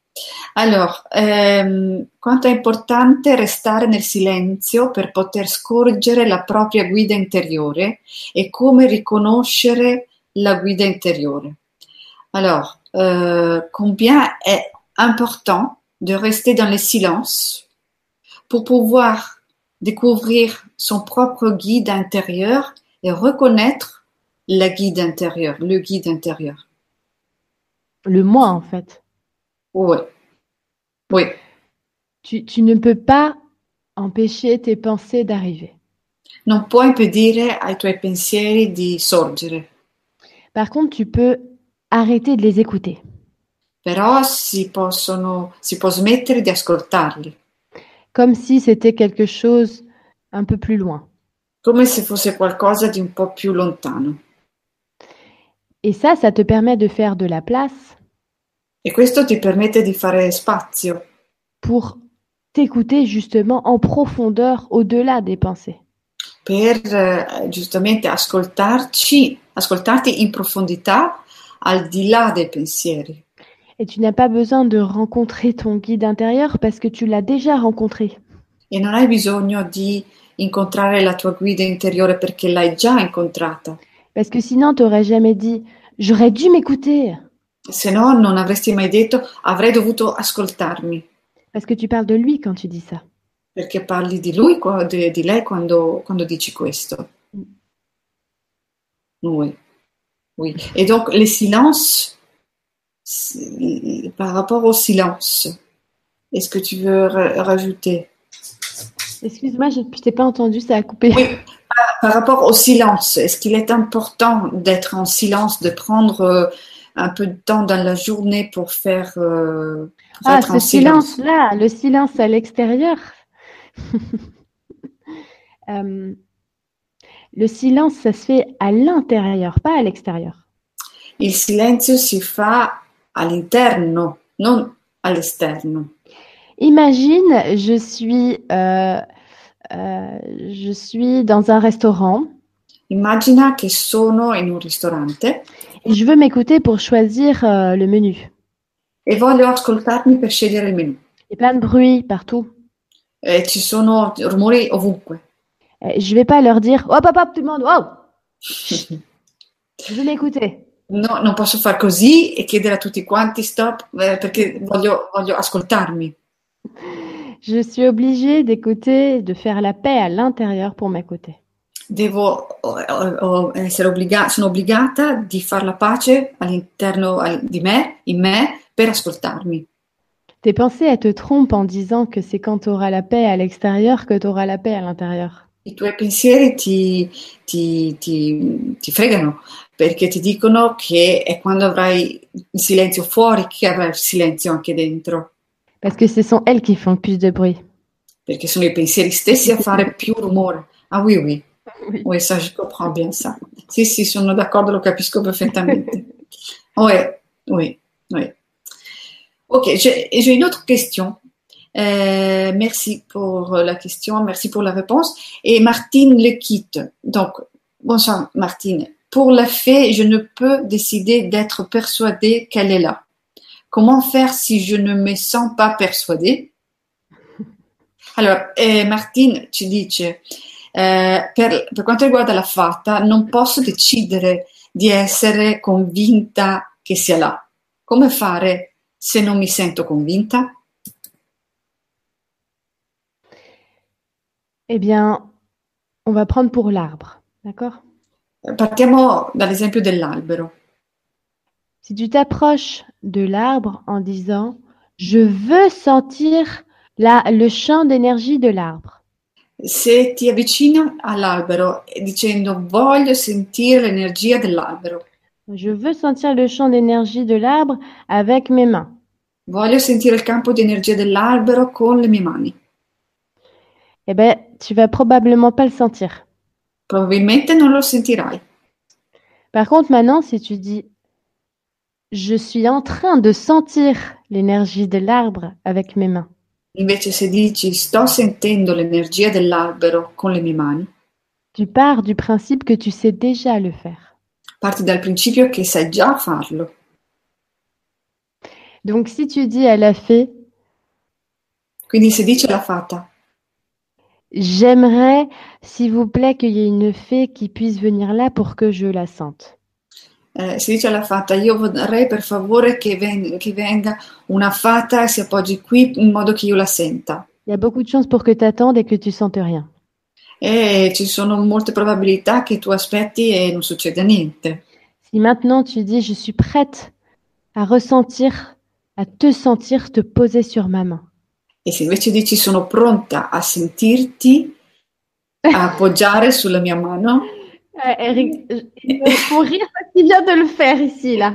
A: Alors, ehm, quanto è importante restare nel silenzio per poter scorgere la propria guida interiore e come riconoscere la guida intérieure? Alors, euh, combien est important de rester dans le silence pour pouvoir découvrir son propre guide intérieur et reconnaître la guide intérieure, le guide intérieur.
B: Le moi, en fait.
A: Oui. Oui.
B: Tu, tu ne peux pas empêcher tes pensées d'arriver.
A: Non puoi impedire ai tuoi pensieri di sorgere,
B: Par contre, tu peux arrêter de les écouter.
A: però si possono, si può smettere di ascoltarli,
B: Comme si c'était quelque chose un peu plus loin.
A: come se fosse qualcosa di un po' più lontano.
B: Et ça, ça te permet de faire de la place
A: E questo ti permette di fare spazio
B: pour t'écouter justement en profondeur au-delà des pensées.
A: per eh, giustamente ascoltarci, ascoltarti in profondità al di là dei pensieri.
B: Et tu n'as pas besoin de rencontrer ton guide intérieur parce que tu l'as déjà rencontré.
A: E non hai bisogno di incontrare la tua guida interiore perché l'hai già incontrata,
B: Parce que sinon, tu n'aurais jamais dit J'aurais dû m'écouter.
A: se no non avresti mai detto avrei dovuto ascoltarmi,
B: Parce que tu parles de lui quand tu dis ça.
A: perché parli di lui, qua- di, di lei quando, quando dici questo. Oui, oui. Et donc, les silences, si- par rapport au silence, est-ce que tu veux ra- rajouter?
B: Excuse-moi, je ne t'ai pas entendu, ça a coupé.
A: Oui. Par rapport au silence, est-ce qu'il est important d'être en silence, de prendre euh, un peu de temps dans la journée pour faire euh, pour
B: ah,
A: être
B: ce
A: en silence?
B: silence-là, le silence à l'extérieur. Euh, le silence, ça se fait à l'intérieur, pas à l'extérieur.
A: Il silenzio si fa all'interno, non all'esterno.
B: Imagine, je suis, euh, euh, je suis dans un restaurant.
A: Immagina che sono in un ristorante
B: et Je veux m'écouter pour choisir euh, le menu.
A: e voglio ascoltarmi per scegliere il menù.
B: Il y a plein de bruit partout.
A: Eh, ci sono rumori ovunque.
B: Euh, Je vais pas leur dire hop hop hop tout le monde, wow, je vais m'écouter.
A: No, non posso far così e chiedere a tutti quanti stop eh, perché voglio, voglio ascoltarmi.
B: Je suis obligée d'écouter, de faire la paix à l'intérieur pour m'écouter.
A: Devo o- o- o essere obbliga- sono obbligata di fare la pace all'interno al- di me, in me, per ascoltarmi.
B: Tes pensées, elles te trompent en disant que c'est quand tu auras la paix à l'extérieur que tu auras la paix à l'intérieur.
A: I tuoi pensieri ti, ti- ti- ti fregano perché ti dicono che è quando avrai il silenzio fuori che avrai il silenzio anche dentro,
B: Parce que ce sont elles qui font le plus de bruit.
A: perché sono i pensieri stessi a fare più rumore. Ah oui, oui, oui, ça je comprends bien ça. Sì, sì, sono d'accordo, lo capisco perfettamente. Ouais, oui, oui. Ok, j'ai j'ai une autre question. Euh, merci pour la question, merci pour la réponse. Et Martine le quitte. Donc, bonsoir Martine. Pour la fée, je ne peux décider d'être persuadée qu'elle est là. Comment faire si je ne me sens pas persuadée Allora, eh, Martine ci dice, eh, per, per quanto riguarda la fata, non posso decidere di essere convinta che sia là. Come fare se non mi sento convinta?
B: Eh bien, on va prendre pour l'arbre, d'accord
A: Partiamo dall'esempio dell'albero.
B: Si tu t'approches de l'arbre en disant je veux sentir la, le champ d'énergie de l'arbre,
A: Se ti avvicini all'albero e dicendo voglio sentire l'energia dell'albero,
B: je veux sentir le champ d'énergie de l'arbre avec mes mains.
A: voglio sentire il campo di energia dell'albero con le mie mani,
B: Eh bien, tu vas probablement pas le sentir.
A: probabilmente non lo sentirai.
B: Par contre, maintenant, si tu dis je suis en train de sentir l'énergie de l'arbre avec mes mains,
A: Invece se dici sto sentendo l'energia dell'albero con le mie mani,
B: tu pars du principe que tu sais déjà le faire.
A: parti dal principio che sai già farlo.
B: Donc, si tu dis à la fée
A: Quindi se dice la fata,
B: J'aimerais, s'il vous plaît, qu'il y ait une fée qui puisse venir là pour que je la sente.
A: eh, se dice alla fata io vorrei per favore che, ven- che venga una fata e si appoggi qui in modo che io la senta.
B: Il y a beaucoup de chances pour que tu attendes et que tu sentes rien.
A: E ci sono molte probabilità che tu aspetti e non succeda niente.
B: Si maintenant tu dis je suis prête à ressentir, à te sentir te poser sur ma main,
A: E se invece dici sono pronta a sentirti, a appoggiare sulla mia mano,
B: Euh, Eric, je- ils me font rire parce qu'il vient de le faire ici, là.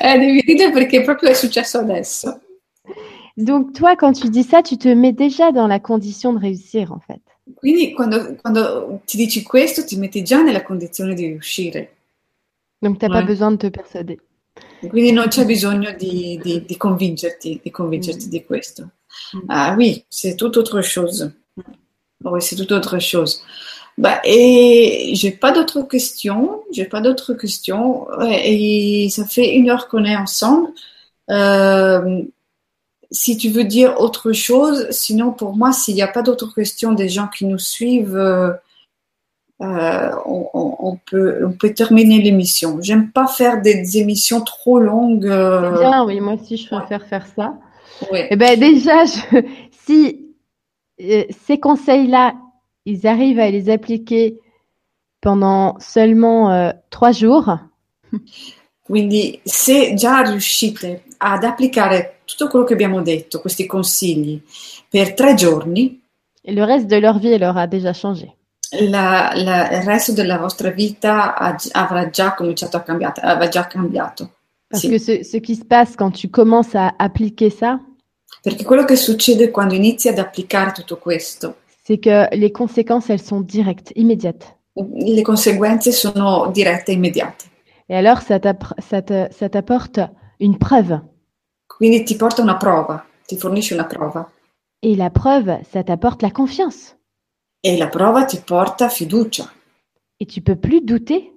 A: eh, devi ridere perché proprio è successo adesso.
B: Donc, toi, quand tu dis ça, tu te mets déjà dans la condition de réussir, en fait.
A: Quindi quando, quando ti dici questo ti metti già nella condizione di riuscire,
B: Donc, tu n'as
A: Ouais.
B: pas besoin de te persuader.
A: E quindi non c'è bisogno di, di- di convincerti, di convincerti di questo.
B: Mm.
A: Ah oui, c'est tout autre chose. Oui, c'est tout autre chose. Bah, et j'ai pas d'autres questions, j'ai pas d'autres questions. Ouais, et ça fait une heure qu'on est ensemble. Euh, si tu veux dire autre chose, sinon pour moi, s'il n'y a pas d'autres questions des gens qui nous suivent, euh, euh, on, on- on peut, on peut terminer l'émission. J'aime pas faire des émissions trop longues. euh,
B: C'est bien, oui, moi aussi, je préfère faire ça.
A: ouais.
B: Eh ben déjà, je- si euh, ces conseils-là, ils arrivent à les appliquer pendant seulement euh, trois jours,
A: Quindi se già riuscite ad applicare tutto quello che abbiamo detto, questi consigli, per tre giorni,
B: le reste de leur vie, elle aura déjà changé.
A: la- la- il resto della vostra vita ha- avrà già cominciato a cambiare, avrà già cambiato.
B: Parce
A: Sì.
B: que ce, ce qui se passe quand tu commences à appliquer ça,
A: Perché quello che succede quando inizi ad applicare tutto questo
B: c'est que les conséquences, elles sont directes, immédiates.
A: Le conseguenze sono dirette e immediate.
B: Et alors, ça t'appr- ça te- ça t'apporte une preuve.
A: Quindi ti porta una prova, ti fornisce una prova
B: Et la preuve, ça t'apporte la confiance.
A: e la prova ti porta fiducia
B: Et tu peux plus douter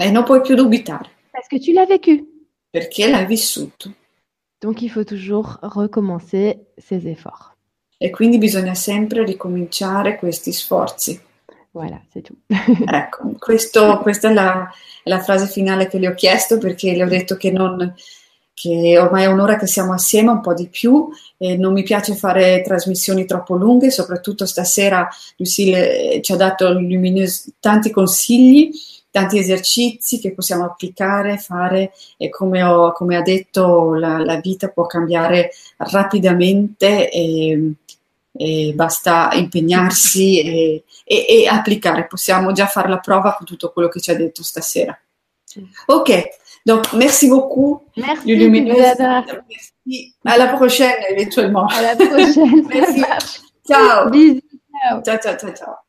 A: e non puoi più dubitare
B: parce que tu l'as vécu.
A: perché l'hai vissuto
B: Donc, il faut toujours recommencer ses efforts.
A: e quindi bisogna sempre ricominciare questi sforzi.
B: Voilà, c'est tout.
A: Ecco, questo- questa è la, è la frase finale che le ho chiesto perché le ho detto che, non, che ormai è un'ora che siamo assieme, un po' di più, e non mi piace fare trasmissioni troppo lunghe, soprattutto stasera Lucille eh, ci ha dato lumineus- tanti consigli, tanti esercizi che possiamo applicare, fare e come, ho- come ha detto la, la vita può cambiare rapidamente e, e basta impegnarsi e e, e applicare. Possiamo già fare la prova con tutto quello che ci ha detto stasera. Ok, donc merci beaucoup.
B: Merci,
A: Lulumineuse.
B: Bibiana.
A: Merci. À la prochaine éventuellement.
B: À la prochaine. ça
A: Merci.
B: marche.
A: Ciao.
B: Bisous.
A: Ciao, ciao, ciao, ciao.